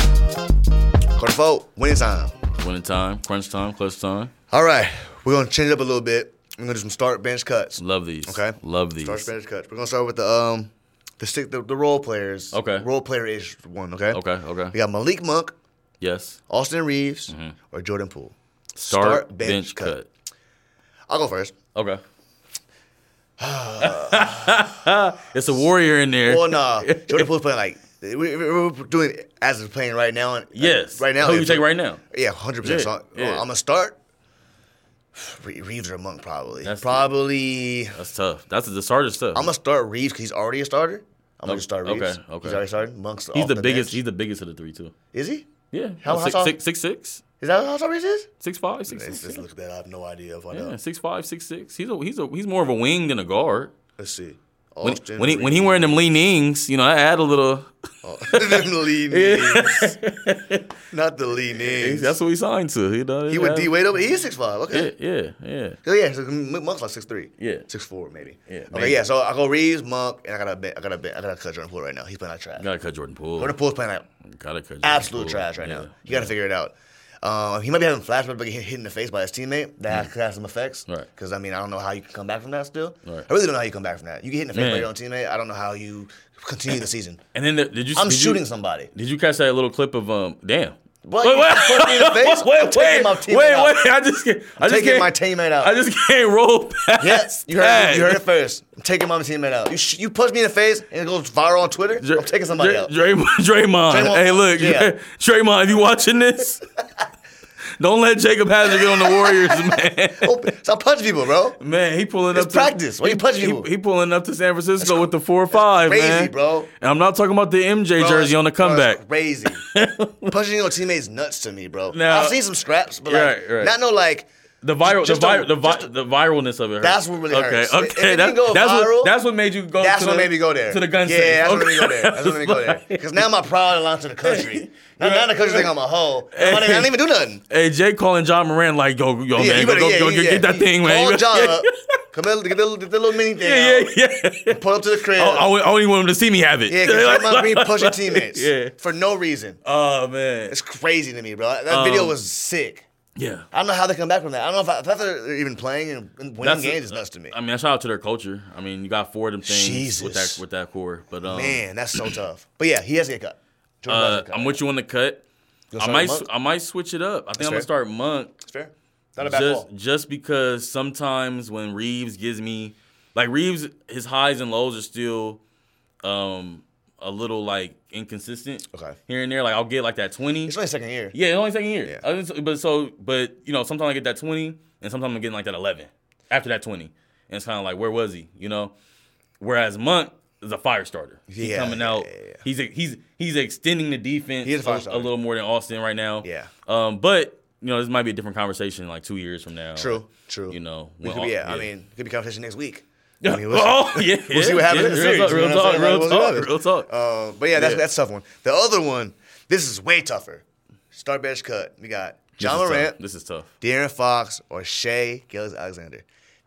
Speaker 1: Quarter four, winning time.
Speaker 2: Winning time, crunch time, clutch time.
Speaker 1: All right, we're gonna change it up a little bit. I'm gonna do some start bench cuts.
Speaker 2: Love these.
Speaker 1: Okay.
Speaker 2: Love these.
Speaker 1: Start bench cuts. We're gonna start with the um the stick the, the role players.
Speaker 2: Okay.
Speaker 1: Role player ish one. Okay.
Speaker 2: Okay. Okay.
Speaker 1: We got Malik Monk,
Speaker 2: Yes.
Speaker 1: Austin Reeves, or Jordan Poole.
Speaker 2: Mm-hmm. Start, bench, cut.
Speaker 1: I'll go first.
Speaker 2: Okay.
Speaker 1: (sighs)
Speaker 2: it's a warrior in there.
Speaker 1: Well,
Speaker 2: (laughs)
Speaker 1: nah, Jordan Poole's playing like we, we- we're doing as it's playing right now. And, uh,
Speaker 2: yes.
Speaker 1: Right now.
Speaker 2: Who you
Speaker 1: it's-
Speaker 2: take right now?
Speaker 1: Yeah, hundred percent. So
Speaker 2: Yeah, yeah.
Speaker 1: I'm gonna start. Re- Reeves or Monk probably.
Speaker 2: That's-
Speaker 1: probably.
Speaker 2: That's tough. That's the hardest stuff.
Speaker 1: I'm gonna start Reeves because he's already a starter. I'm gonna
Speaker 2: Okay,
Speaker 1: just start Reeves.
Speaker 2: Oh, okay, okay.
Speaker 1: He's already started. Monk's
Speaker 2: He's
Speaker 1: off
Speaker 2: the biggest.
Speaker 1: bench.
Speaker 2: He's the biggest of the three too.
Speaker 1: Is he?
Speaker 2: Yeah.
Speaker 1: How-
Speaker 2: Like
Speaker 1: how
Speaker 2: six,
Speaker 1: tall?
Speaker 2: six, six, six,
Speaker 1: Is that how tall Reeves
Speaker 2: (laughs)
Speaker 1: is?
Speaker 2: six, five, six,
Speaker 1: Let's
Speaker 2: six,
Speaker 1: just
Speaker 2: six.
Speaker 1: look at that. I have no idea if I know.
Speaker 2: Yeah, six, five, six, six. He's a he's a he's more of a wing than a guard.
Speaker 1: Let's see.
Speaker 2: When, when he when he wearing them leanings, you know, I add a little.
Speaker 1: (laughs) them leanings,
Speaker 2: (laughs)
Speaker 1: not the leanings.
Speaker 2: That's what we signed to. You know,
Speaker 1: he would D Wade over. He is six five. Okay.
Speaker 2: Yeah, yeah, yeah.
Speaker 1: Oh yeah, so M- Monk's like six three.
Speaker 2: Yeah.
Speaker 1: six four maybe.
Speaker 2: Yeah,
Speaker 1: okay,
Speaker 2: maybe.
Speaker 1: yeah. So I go Reeves, Monk, and I got a bit, I got a bit, I got to cut Jordan Poole right now. He's playing like trash.
Speaker 2: Gotta cut Jordan Poole.
Speaker 1: Jordan Poole's playing like
Speaker 2: Gotta cut Jordan
Speaker 1: absolute
Speaker 2: Poole.
Speaker 1: trash right now.
Speaker 2: Yeah.
Speaker 1: You got to figure it out. Um, he might be having flashbacks, but getting hit in the face by his teammate. That could have some effects.
Speaker 2: Hmm. Right.
Speaker 1: Because I mean, I don't know how you can come back from that. Still,
Speaker 2: Right.
Speaker 1: I really don't know how you come back from that. You get hit in the face by
Speaker 2: Man.
Speaker 1: your own teammate. I don't know how you continue the season.
Speaker 2: (laughs) And then the, did you?
Speaker 1: I'm
Speaker 2: did
Speaker 1: shooting
Speaker 2: You,
Speaker 1: somebody.
Speaker 2: did you catch that little clip of um? Damn.
Speaker 1: What? You punched
Speaker 2: (laughs)
Speaker 1: me in the face? I'm
Speaker 2: wait, wait,
Speaker 1: taking
Speaker 2: wait,
Speaker 1: my
Speaker 2: wait,
Speaker 1: teammate out.
Speaker 2: I just can't. I just
Speaker 1: Taking
Speaker 2: can't,
Speaker 1: my teammate out.
Speaker 2: I just can't roll (laughs) past.
Speaker 1: Yes, you heard,
Speaker 2: that.
Speaker 1: it, you heard it first. I'm taking my teammate out. You, sh- you punch me in the face and it goes viral on Twitter.
Speaker 2: Dr-
Speaker 1: I'm taking somebody
Speaker 2: Dr-
Speaker 1: out.
Speaker 2: (laughs) Draymond, Draymond.
Speaker 1: Draymond-
Speaker 2: Hey, look,
Speaker 1: yeah.
Speaker 2: Draymond, if you watching this,
Speaker 1: (laughs)
Speaker 2: don't let Jacob Hazard get on the Warriors, (laughs) man.
Speaker 1: Oh, Stop punching people, bro.
Speaker 2: Man, he pulling up
Speaker 1: It's
Speaker 2: to
Speaker 1: practice. Why you punching
Speaker 2: he,
Speaker 1: people?
Speaker 2: he pulling up to San Francisco with the four or five,
Speaker 1: crazy,
Speaker 2: man.
Speaker 1: bro.
Speaker 2: And I'm not talking about the MJ
Speaker 1: Bro,
Speaker 2: jersey on the
Speaker 1: that's- bro, that's
Speaker 2: comeback.
Speaker 1: Crazy.
Speaker 2: (laughs)
Speaker 1: punching your teammates nuts to me, bro.
Speaker 2: Now-
Speaker 1: I've seen some scraps, but like,
Speaker 2: Right, right.
Speaker 1: not no like.
Speaker 2: The viral,
Speaker 1: Just
Speaker 2: the, vi-
Speaker 1: don't-
Speaker 2: the, vi-
Speaker 1: just don't-
Speaker 2: the viralness of it. Hurts.
Speaker 1: That's what really
Speaker 2: okay,
Speaker 1: hurts. If- if
Speaker 2: Okay,
Speaker 1: it
Speaker 2: that-
Speaker 1: can go
Speaker 2: that's
Speaker 1: viral,
Speaker 2: what that's what made you go.
Speaker 1: That's
Speaker 2: to
Speaker 1: what
Speaker 2: the-
Speaker 1: made me go there.
Speaker 2: to the gun
Speaker 1: Yeah,
Speaker 2: safe.
Speaker 1: that's what
Speaker 2: Okay.
Speaker 1: made me go there. That's what made me go
Speaker 2: (laughs)
Speaker 1: there. Because now my pride aligns to the country. Now, now the country think I'm a hoe. I didn't even do nothing.
Speaker 2: Hey, Jay calling John Moran like, yo, yo,
Speaker 1: Yeah,
Speaker 2: man,
Speaker 1: you
Speaker 2: go,
Speaker 1: better-
Speaker 2: go,
Speaker 1: yeah,
Speaker 2: go
Speaker 1: you-
Speaker 2: get,
Speaker 1: yeah,
Speaker 2: get that
Speaker 1: you
Speaker 2: (laughs) thing, man.
Speaker 1: Call
Speaker 2: You better-
Speaker 1: John up. Carmelo, get the, little- get the little mini thing.
Speaker 2: Yeah,
Speaker 1: out.
Speaker 2: yeah, yeah. Oh,
Speaker 1: Pull up to the
Speaker 2: (laughs)
Speaker 1: crib.
Speaker 2: I, I, I don't even want him to see me have it.
Speaker 1: yeah, because Draymond
Speaker 2: (laughs)
Speaker 1: Green punched your teammates
Speaker 2: Yeah.
Speaker 1: for no reason.
Speaker 2: Oh man.
Speaker 1: It's crazy to me, bro. That
Speaker 2: Um,
Speaker 1: video was sick.
Speaker 2: Yeah.
Speaker 1: I don't know how they come back from that. I don't know if, I, if that's what they're even playing and and winning
Speaker 2: That's-
Speaker 1: games is nuts to me.
Speaker 2: I mean, shout out to their culture. I mean, you got four of them things with
Speaker 1: Jesus.
Speaker 2: that with that core. But um,
Speaker 1: Man, that's so tough. But yeah, he has to get cut. Jordan
Speaker 2: uh,
Speaker 1: does get cut.
Speaker 2: I'm with you on the cut.
Speaker 1: You'll
Speaker 2: I
Speaker 1: start
Speaker 2: might
Speaker 1: Monk?
Speaker 2: sw- I might switch it up. I think I'm
Speaker 1: fair.
Speaker 2: gonna start Monk
Speaker 1: It's fair. Not a bad
Speaker 2: just
Speaker 1: call.
Speaker 2: just because sometimes when Reeves gives me like Reeves his highs and lows are still um a little like inconsistent.
Speaker 1: Okay.
Speaker 2: Here and there, like I'll get like that twenty.
Speaker 1: It's only second year.
Speaker 2: Yeah, it's only second year.
Speaker 1: Yeah.
Speaker 2: Other than so- but so, but you know, sometimes I get that twenty, and sometimes I'm getting like that eleven after that twenty, and it's kind of like, where was he? You know. Whereas Monk is a fire starter. He's
Speaker 1: Yeah,
Speaker 2: coming
Speaker 1: yeah,
Speaker 2: out.
Speaker 1: yeah, yeah.
Speaker 2: He's he's he's extending the defense
Speaker 1: He is a fire
Speaker 2: a, a
Speaker 1: starter.
Speaker 2: little more than Austin right now.
Speaker 1: Yeah.
Speaker 2: Um, but you know, this might be a different conversation like two years from now. (laughs)
Speaker 1: True, true.
Speaker 2: You know,
Speaker 1: We
Speaker 2: when
Speaker 1: could
Speaker 2: Au-
Speaker 1: be- yeah, I mean, it could be conversation next
Speaker 2: (laughs)
Speaker 1: week.
Speaker 2: Yeah.
Speaker 1: I mean, listen.
Speaker 2: oh yeah,
Speaker 1: We'll see what
Speaker 2: yeah,
Speaker 1: happens in the
Speaker 2: yeah,
Speaker 1: series. you
Speaker 2: Real
Speaker 1: know what I'm saying?
Speaker 2: talk, real
Speaker 1: We'll see what
Speaker 2: talk,
Speaker 1: happens.
Speaker 2: real talk.
Speaker 1: (laughs) Uh, but yeah, that's
Speaker 2: Yeah.
Speaker 1: that's a tough one. The other one, this is way tougher. Start bench cut. We got
Speaker 2: This
Speaker 1: John
Speaker 2: is tough.
Speaker 1: Morant,
Speaker 2: This is tough.
Speaker 1: De'Aaron Fox, or Shea Gillis Alexander.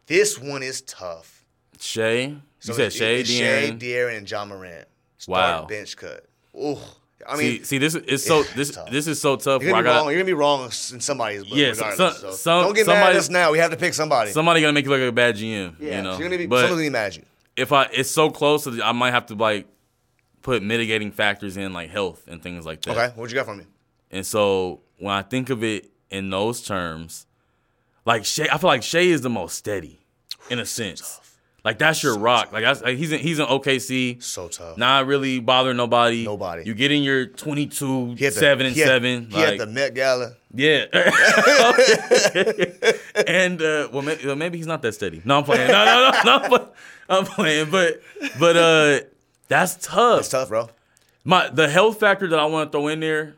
Speaker 1: This one is tough.
Speaker 2: Shay, you said
Speaker 1: it's-
Speaker 2: Shay,
Speaker 1: it's Shea,
Speaker 2: De'Aaron.
Speaker 1: De'Aaron, and John Morant. Start
Speaker 2: Wow.
Speaker 1: bench cut. Ooh, I mean,
Speaker 2: See, see, this is so
Speaker 1: Yeah,
Speaker 2: this
Speaker 1: tough.
Speaker 2: this is so tough.
Speaker 1: You're
Speaker 2: where
Speaker 1: gonna,
Speaker 2: I
Speaker 1: be
Speaker 2: gotta-
Speaker 1: wrong. you're gonna be wrong s- in somebody's book.
Speaker 2: Yeah, so-
Speaker 1: regardless.
Speaker 2: so-
Speaker 1: so,
Speaker 2: some-
Speaker 1: don't get mad
Speaker 2: somebody-
Speaker 1: at us now. We have to pick somebody.
Speaker 2: Somebody gonna make you look like a bad GM.
Speaker 1: yeah,
Speaker 2: you know.
Speaker 1: so you're gonna be,
Speaker 2: but
Speaker 1: someone's gonna be mad at you.
Speaker 2: if I, it's so close, to the, I might have to like put mitigating factors in, like health and things like that.
Speaker 1: Okay, what you got from me?
Speaker 2: And so when I think of it in those terms, like Shay, I feel like Shay is the most steady, in a sense. Like that's your rock. Like, that's, like he's in, he's in OKC.
Speaker 1: So tough.
Speaker 2: Not really bothering nobody.
Speaker 1: Nobody.
Speaker 2: You get in your 22,
Speaker 1: He had the-
Speaker 2: 7 and
Speaker 1: he had-
Speaker 2: 7.
Speaker 1: He
Speaker 2: like,
Speaker 1: had the Met Gala.
Speaker 2: yeah. (laughs) and uh, well, maybe, well, maybe he's not that steady. No, I'm playing. No, no, no, no. I'm play- I'm playing. But but uh, that's tough.
Speaker 1: It's tough, bro.
Speaker 2: My the health factor that I want to throw in there,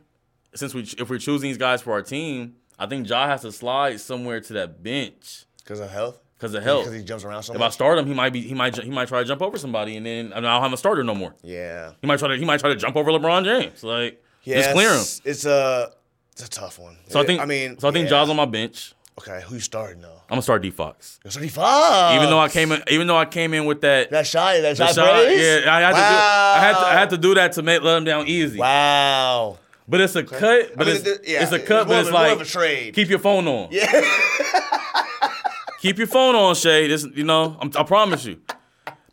Speaker 2: since we if we're choosing these guys for our team, I think Ja has to slide somewhere to that bench
Speaker 1: Because of health.
Speaker 2: because of health.
Speaker 1: Because he jumps around so
Speaker 2: if I
Speaker 1: much.
Speaker 2: start him, he might be he might ju- he might try to jump over somebody, and then I don't have a starter no more.
Speaker 1: yeah.
Speaker 2: He might try to he might try to jump over LeBron James. Like just clear him.
Speaker 1: it's- It's a it's a tough one.
Speaker 2: So I think
Speaker 1: I mean,
Speaker 2: so I think
Speaker 1: yeah.
Speaker 2: Ja's on my bench.
Speaker 1: Okay, who you starting though?
Speaker 2: I'm gonna start D Fox.
Speaker 1: You're 35.
Speaker 2: Even though I came in, even though I came in with that,
Speaker 1: Uh, that shy, that shy,
Speaker 2: shot,
Speaker 1: praise?
Speaker 2: yeah, I had, to do, I had to I had to do that to make let him down easy.
Speaker 1: Wow.
Speaker 2: But it's a cut. But
Speaker 1: mean,
Speaker 2: it's,
Speaker 1: it- yeah,
Speaker 2: it's a
Speaker 1: it's
Speaker 2: cut.
Speaker 1: more of
Speaker 2: but it's
Speaker 1: a- more
Speaker 2: like
Speaker 1: of a trade.
Speaker 2: keep your phone on. Yeah.
Speaker 1: (laughs)
Speaker 2: keep your phone on, Shay. This, you know, I'm, I promise you.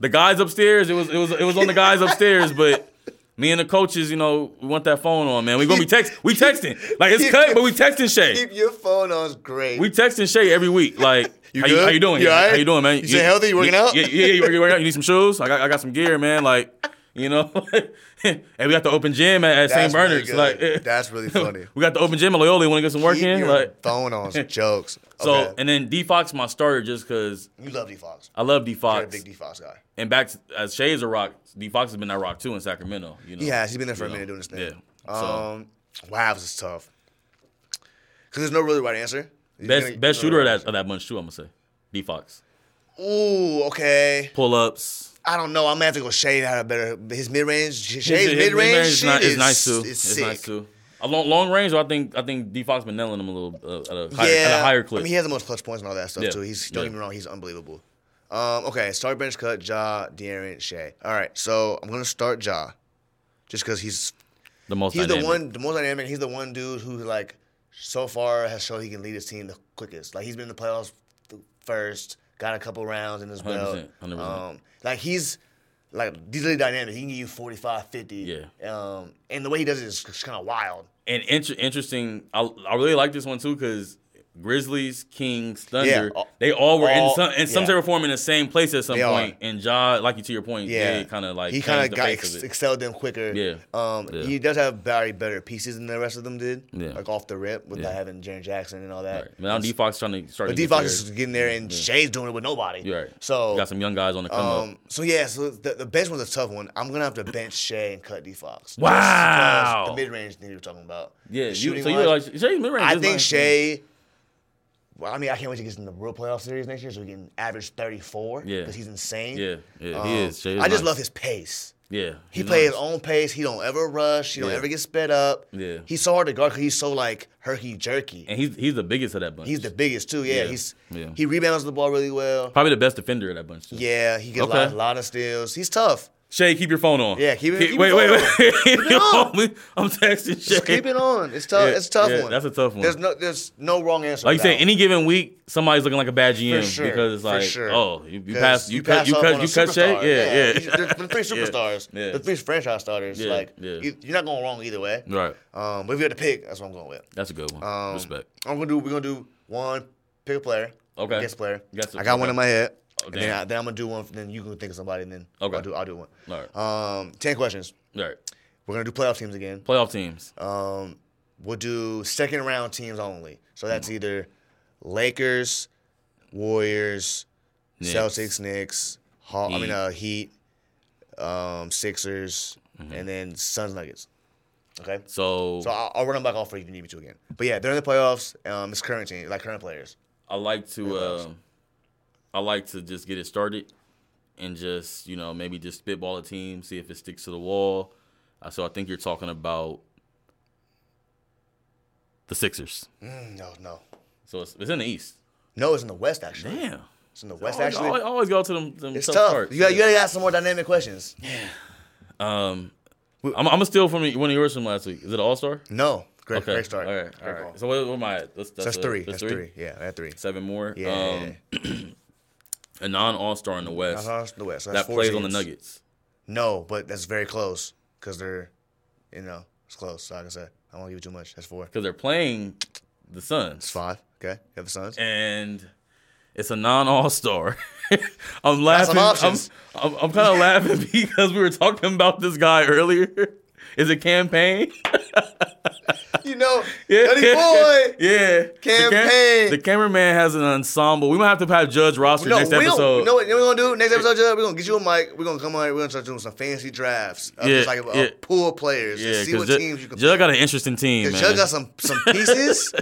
Speaker 2: The guys upstairs, it was it was it was on the guys upstairs, but. Me and the coaches, you know, we want that phone on, man. We gonna be text, we texting,
Speaker 1: (laughs)
Speaker 2: like it's cut, but we texting Shay.
Speaker 1: Keep your phone on is great.
Speaker 2: We texting Shay every week. Like,
Speaker 1: (laughs) You
Speaker 2: how, You,
Speaker 1: good?
Speaker 2: how you doing?
Speaker 1: You all right?
Speaker 2: How you doing, man?
Speaker 1: You stay healthy? You working out?
Speaker 2: Yeah, yeah, yeah. You, you, working out? You need some shoes? I got, I got some gear, man. Like, you know, (laughs) and we got the open gym at, at St.
Speaker 1: That's really
Speaker 2: Bernard's.
Speaker 1: good.
Speaker 2: like, (laughs)
Speaker 1: That's really funny.
Speaker 2: we got the open gym at Loyola. You want to get some work
Speaker 1: Keep
Speaker 2: in?
Speaker 1: your
Speaker 2: Like,
Speaker 1: phone
Speaker 2: (laughs)
Speaker 1: on is jokes.
Speaker 2: so
Speaker 1: Okay.
Speaker 2: and then D Fox my starter just because
Speaker 1: you love D Fox.
Speaker 2: I love D
Speaker 1: You're a
Speaker 2: Fox.
Speaker 1: big D Fox guy.
Speaker 2: And back to, as Shay is a rock, D Fox has been that rock too in Sacramento. You know,
Speaker 1: He has. He's been there for a
Speaker 2: You
Speaker 1: minute
Speaker 2: know,
Speaker 1: doing this thing.
Speaker 2: yeah. So-
Speaker 1: Um, Wavs is tough. Cause there's no really right answer. You're
Speaker 2: best
Speaker 1: gonna-
Speaker 2: best
Speaker 1: no
Speaker 2: shooter of
Speaker 1: right
Speaker 2: that of that bunch too. I'm gonna say D Fox
Speaker 1: answer. Ooh, okay.
Speaker 2: pull ups.
Speaker 1: I don't know. I'm gonna have to go Shade had a better his mid range.
Speaker 2: His-
Speaker 1: Shade's
Speaker 2: his
Speaker 1: mid range shit
Speaker 2: mid-range ni-
Speaker 1: is,
Speaker 2: nice too.
Speaker 1: is
Speaker 2: It's
Speaker 1: sick.
Speaker 2: nice too. A long, long range, though, I think I think D Fox been nailing him a little uh, at, a higher,
Speaker 1: yeah,
Speaker 2: at a higher clip.
Speaker 1: I mean, he has the most clutch points and all that stuff
Speaker 2: Yeah.
Speaker 1: too. He's don't
Speaker 2: Yeah.
Speaker 1: get me wrong, he's unbelievable. Um, okay, start bench cut Ja, De'Aaron, Shea. All right, so I'm gonna start Ja, just because he's
Speaker 2: the most.
Speaker 1: he's
Speaker 2: dynamic.
Speaker 1: the one the most dynamic. He's the one dude who like so far has shown he can lead his team the quickest. Like he's been in the playoffs th- first, got a couple rounds in his belt.
Speaker 2: 100%, 100%.
Speaker 1: Um, like he's like he's really dynamic. He can give you 45, 50.
Speaker 2: Yeah.
Speaker 1: Um, and the way he does it is kind of wild.
Speaker 2: And inter- interesting, I, I really like this one too because Grizzlies, Kings, Thunder,
Speaker 1: all-
Speaker 2: they all were in
Speaker 1: all-
Speaker 2: some in some
Speaker 1: yeah.
Speaker 2: shape or form in the same place at some
Speaker 1: They
Speaker 2: point.
Speaker 1: are.
Speaker 2: And Ja, like you to your point,
Speaker 1: Yeah,
Speaker 2: yeah, kind of like
Speaker 1: he kind
Speaker 2: changed
Speaker 1: of
Speaker 2: the
Speaker 1: got
Speaker 2: face
Speaker 1: ex-
Speaker 2: of it.
Speaker 1: excelled them quicker.
Speaker 2: Yeah.
Speaker 1: Um,
Speaker 2: Yeah.
Speaker 1: he does have very better pieces than the rest of them did.
Speaker 2: Yeah.
Speaker 1: Like off the rip without having Jaren Jackson and all that.
Speaker 2: Right. Now D Fox trying to start.
Speaker 1: But
Speaker 2: to
Speaker 1: D
Speaker 2: get
Speaker 1: Fox
Speaker 2: there.
Speaker 1: is getting there, and Shay's doing it with nobody.
Speaker 2: You're right.
Speaker 1: So
Speaker 2: got some young guys on the come up.
Speaker 1: Um, so yeah, so the, the bench was a tough one. I'm gonna have to bench Shea and cut D Fox.
Speaker 2: Wow.
Speaker 1: the mid range thing you were talking about.
Speaker 2: Yeah,
Speaker 1: The
Speaker 2: you, so
Speaker 1: shooting
Speaker 2: you
Speaker 1: wise,
Speaker 2: were like Shay's mid range.
Speaker 1: I think Shea. Well, I mean, I can't wait to get in the real playoff series next year, so we can average 34.
Speaker 2: Yeah.
Speaker 1: because he's insane.
Speaker 2: Yeah, yeah,
Speaker 1: Um,
Speaker 2: he is. Shea is
Speaker 1: I just
Speaker 2: nice.
Speaker 1: love his pace.
Speaker 2: Yeah,
Speaker 1: He
Speaker 2: he's
Speaker 1: plays his
Speaker 2: nice.
Speaker 1: own pace. He don't ever rush. He don't
Speaker 2: Yeah.
Speaker 1: ever get sped up.
Speaker 2: Yeah.
Speaker 1: He's so hard to guard 'cause he's so like herky jerky.
Speaker 2: and he's he's the biggest of that bunch.
Speaker 1: He's the biggest too. Yeah.
Speaker 2: Yeah.
Speaker 1: He's
Speaker 2: Yeah.
Speaker 1: he rebounds the ball really well.
Speaker 2: probably the best defender of that bunch. Too.
Speaker 1: Yeah. He gets a,
Speaker 2: Okay.
Speaker 1: lot, lot of steals. He's tough.
Speaker 2: Shay, keep your phone on.
Speaker 1: Yeah, keep it- keep
Speaker 2: wait,
Speaker 1: your
Speaker 2: wait,
Speaker 1: phone
Speaker 2: wait, (laughs)
Speaker 1: on.
Speaker 2: Keep
Speaker 1: on.
Speaker 2: I'm texting Shay.
Speaker 1: Just keep it on. It's tough.
Speaker 2: (laughs) Yeah,
Speaker 1: It's a tough
Speaker 2: yeah,
Speaker 1: one.
Speaker 2: that's a tough one.
Speaker 1: There's no there's no wrong answer.
Speaker 2: Like you
Speaker 1: for
Speaker 2: say,
Speaker 1: that
Speaker 2: any given week, somebody's looking like a bad GM
Speaker 1: sure,
Speaker 2: because it's
Speaker 1: for
Speaker 2: like,
Speaker 1: sure.
Speaker 2: oh, you, you
Speaker 1: 'Cause
Speaker 2: pass, you, cut, you
Speaker 1: up
Speaker 2: cut,
Speaker 1: on
Speaker 2: you
Speaker 1: a
Speaker 2: cut Shay.
Speaker 1: superstar.
Speaker 2: Yeah,
Speaker 1: You-
Speaker 2: yeah,
Speaker 1: (laughs) there's The three
Speaker 2: Yeah,
Speaker 1: superstars,
Speaker 2: yeah.
Speaker 1: the three franchise starters.
Speaker 2: Yeah,
Speaker 1: Like
Speaker 2: yeah.
Speaker 1: You, you're not going wrong either way.
Speaker 2: (laughs) right.
Speaker 1: Um, but if you had to pick, that's what I'm going with.
Speaker 2: That's a good one.
Speaker 1: Um,
Speaker 2: Respect.
Speaker 1: I'm gonna do. We're gonna do one. Pick a player.
Speaker 2: Okay.
Speaker 1: Guess player.
Speaker 2: Guess it,
Speaker 1: I got one
Speaker 2: okay.
Speaker 1: in my head.
Speaker 2: Oh,
Speaker 1: and then,
Speaker 2: damn.
Speaker 1: I, then I'm gonna do one. Then you can think of somebody. And then
Speaker 2: Okay.
Speaker 1: I'll do. I'll do one.
Speaker 2: All right,
Speaker 1: Um, ten questions.
Speaker 2: all right.
Speaker 1: We're gonna do playoff teams again.
Speaker 2: Playoff teams.
Speaker 1: Um, we'll do second round teams only. So that's
Speaker 2: Mm-hmm.
Speaker 1: either Lakers, Warriors,
Speaker 2: Knicks.
Speaker 1: Celtics, Knicks, Haw- I
Speaker 2: Heat.
Speaker 1: mean uh, Heat, um, Sixers,
Speaker 2: Mm-hmm.
Speaker 1: and then Suns, Nuggets. Okay.
Speaker 2: So,
Speaker 1: So I'll, I'll run them back off for you if you need me to again. But yeah, they're in the playoffs. Um, it's current team, like current players.
Speaker 2: I like to,
Speaker 1: Playoffs.
Speaker 2: um I like to just get it started, and just you know maybe just spitball a team, see if it sticks to the wall. Uh, so I think you're talking about the Sixers.
Speaker 1: Mm, no, no,
Speaker 2: So it's, it's in the East.
Speaker 1: no. It's in the West actually.
Speaker 2: Damn. Oh,
Speaker 1: It's in the West
Speaker 2: Always-
Speaker 1: actually.
Speaker 2: always, always go to them. them
Speaker 1: it's
Speaker 2: tough.
Speaker 1: tough.
Speaker 2: parts.
Speaker 1: You got you gotta ask some more dynamic questions.
Speaker 2: Um, I'm, I'm gonna steal from one of yours from last week. Is it All Star?
Speaker 1: No, great, great start.
Speaker 2: All right, all
Speaker 1: Great call.
Speaker 2: right. So what, what am I? That's,
Speaker 1: So that's
Speaker 2: uh,
Speaker 1: three. That's three. Yeah, that's three.
Speaker 2: Seven more.
Speaker 1: Yeah.
Speaker 2: Um, a non All Star in the West
Speaker 1: That's all- that's Uh-huh, the West. So that's
Speaker 2: that
Speaker 1: four
Speaker 2: plays on the
Speaker 1: teams.
Speaker 2: Nuggets.
Speaker 1: No, but that's very close because they're, you know, it's close. So I can say I won't give you too much. That's four.
Speaker 2: because they're playing the
Speaker 1: It's
Speaker 2: Suns,
Speaker 1: five. Okay, you have the Suns.
Speaker 2: and it's a non-All Star. (laughs) I'm laughing.
Speaker 1: some
Speaker 2: I'm,
Speaker 1: options.
Speaker 2: I'm, I'm
Speaker 1: (laughs)
Speaker 2: kind of laughing because we were talking about this guy earlier. Is it campaign? (laughs)
Speaker 1: You know, Duddy boy.
Speaker 2: (laughs) yeah. The cam-
Speaker 1: Campaign.
Speaker 2: The, cameraman has an ensemble. We might have to have Judge Ross for
Speaker 1: No,
Speaker 2: next
Speaker 1: we
Speaker 2: episode.
Speaker 1: don't. You know what you know what we're gonna do next episode? Judge? We're gonna get you a mic. We're gonna come on. here, We're gonna start doing some fancy drafts. Of
Speaker 2: Yeah,
Speaker 1: just like a
Speaker 2: yeah.
Speaker 1: pool of players. Yeah,
Speaker 2: yeah,
Speaker 1: and see what
Speaker 2: Judge,
Speaker 1: teams you can.
Speaker 2: Judge
Speaker 1: pick.
Speaker 2: got an interesting team, man.
Speaker 1: Judge got some some
Speaker 2: (laughs)
Speaker 1: pieces.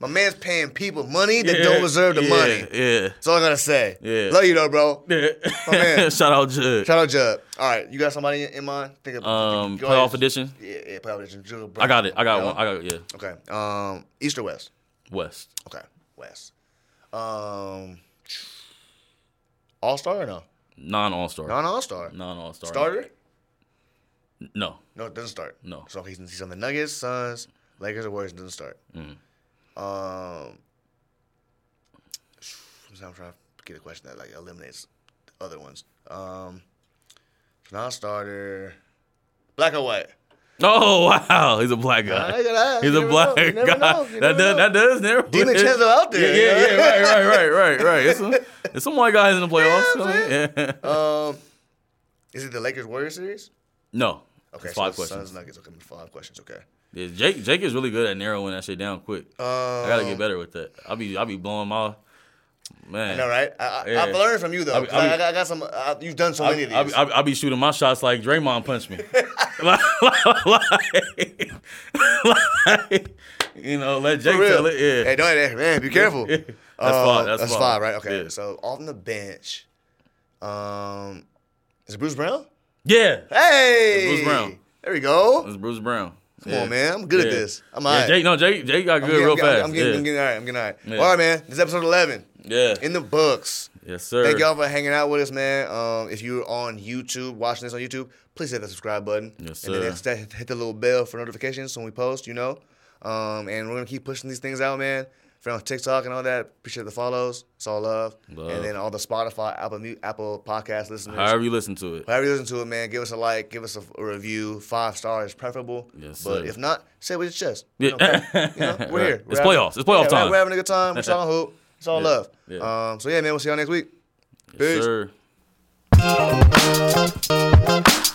Speaker 1: My man's paying people money that
Speaker 2: Yeah,
Speaker 1: don't deserve the
Speaker 2: (laughs) yeah,
Speaker 1: money.
Speaker 2: Yeah,
Speaker 1: That's all I gotta say.
Speaker 2: Yeah.
Speaker 1: Love you though, bro.
Speaker 2: yeah.
Speaker 1: man.
Speaker 2: (laughs) Shout out Judge.
Speaker 1: Shout out Jud. All right, you got somebody in- in mind? Think of
Speaker 2: Um,
Speaker 1: go ahead.
Speaker 2: playoff edition.
Speaker 1: Yeah, yeah, playoff edition. Jud, bro.
Speaker 2: I got it. I got
Speaker 1: Yeah.
Speaker 2: one. I got yeah.
Speaker 1: Okay. Um, East or West?
Speaker 2: West.
Speaker 1: Okay, West. Um, All Star or no?
Speaker 2: Non All Star.
Speaker 1: Non All Star.
Speaker 2: Non All Star.
Speaker 1: Starter?
Speaker 2: No.
Speaker 1: No, it doesn't start.
Speaker 2: No.
Speaker 1: So he's, he's on the Nuggets, Suns, Lakers, or Warriors. Doesn't start.
Speaker 2: Mm-hmm.
Speaker 1: Um, (sighs) I'm trying to get a question that like eliminates the other ones. Um, non-starter, black or
Speaker 2: (laughs)
Speaker 1: white?
Speaker 2: Oh wow, he's a black guy.
Speaker 1: I gotta ask.
Speaker 2: He's
Speaker 1: You
Speaker 2: a
Speaker 1: never
Speaker 2: black
Speaker 1: know. You
Speaker 2: guy.
Speaker 1: never know. You
Speaker 2: That
Speaker 1: never know.
Speaker 2: does that does narrow.
Speaker 1: Demon
Speaker 2: it.
Speaker 1: Chisel out there,
Speaker 2: Yeah, yeah,
Speaker 1: you know?
Speaker 2: yeah. Right, right, right, right, right. It's some, it's some white guys in the playoffs.
Speaker 1: Yeah, man.
Speaker 2: Yeah.
Speaker 1: Um, is it the Lakers Warriors series?
Speaker 2: no.
Speaker 1: Okay,
Speaker 2: Okay. It's
Speaker 1: so
Speaker 2: five
Speaker 1: it's
Speaker 2: questions.
Speaker 1: Suns Nuggets. Okay, five questions. Okay.
Speaker 2: Yeah, Jake Jake is really good at narrowing that shit down quick.
Speaker 1: Um,
Speaker 2: I gotta get better with that. I'll be I'll be blowing my man.
Speaker 1: I know, right? I, I,
Speaker 2: Yeah.
Speaker 1: I've learned from you though.
Speaker 2: I'll be-
Speaker 1: 'cause
Speaker 2: I'll
Speaker 1: I,
Speaker 2: be-
Speaker 1: I, got- I got some. I, you've done so many of these.
Speaker 2: I'll, be- I'll, be- I'll be shooting my shots like Draymond punched
Speaker 1: (laughs)
Speaker 2: me. (laughs) like, like- (laughs) like, you know, let Jake
Speaker 1: For real.
Speaker 2: tell it. Yeah.
Speaker 1: Hey, don't hey, man. Be careful. Uh,
Speaker 2: Yeah. (laughs) That's five, that's
Speaker 1: that's
Speaker 2: five.
Speaker 1: five, right? Okay.
Speaker 2: Yeah.
Speaker 1: So off on the bench, um, is it Bruce Brown?
Speaker 2: yeah.
Speaker 1: Hey,
Speaker 2: Bruce Brown.
Speaker 1: There we go.
Speaker 2: It's Bruce Brown.
Speaker 1: Come on, man. I'm good at this. I'm all right.
Speaker 2: Jake, no, Jake, Jake got
Speaker 1: I'm
Speaker 2: good real
Speaker 1: getting, I'm,
Speaker 2: fast.
Speaker 1: I'm getting,
Speaker 2: yeah.
Speaker 1: I'm getting all right. I'm getting all right.
Speaker 2: Yeah.
Speaker 1: All right, man. This is episode 11
Speaker 2: yeah.
Speaker 1: in the books.
Speaker 2: yes, sir.
Speaker 1: Thank y'all for hanging out with us, man. Um, if you're on YouTube, watching this on YouTube, please hit the subscribe button.
Speaker 2: Yes,
Speaker 1: And then
Speaker 2: sir.
Speaker 1: hit that- hit the little bell for notifications when we post, you know. Um, and we're going to keep pushing these things out, man. If you're on TikTok and all that, appreciate the follows. It's all love.
Speaker 2: Love.
Speaker 1: And then all the Spotify, Apple Mu- Apple Podcast listeners.
Speaker 2: However you listen to it.
Speaker 1: However you listen to it, man, give us a like, give us a, a review. Five stars preferable.
Speaker 2: Yes,
Speaker 1: But
Speaker 2: sir.
Speaker 1: if not, say it with your chest.
Speaker 2: Yeah.
Speaker 1: We don't
Speaker 2: (laughs)
Speaker 1: care. You know, we're here.
Speaker 2: Right. It's
Speaker 1: We're having-
Speaker 2: playoffs. It's playoff
Speaker 1: yeah,
Speaker 2: time.
Speaker 1: We're having a good time. We're
Speaker 2: (laughs)
Speaker 1: talking hoop. It's all
Speaker 2: Yeah.
Speaker 1: love.
Speaker 2: Yeah.
Speaker 1: Um, so yeah, man, we'll see y'all next week.
Speaker 2: Yes,
Speaker 1: Peace.
Speaker 2: sir.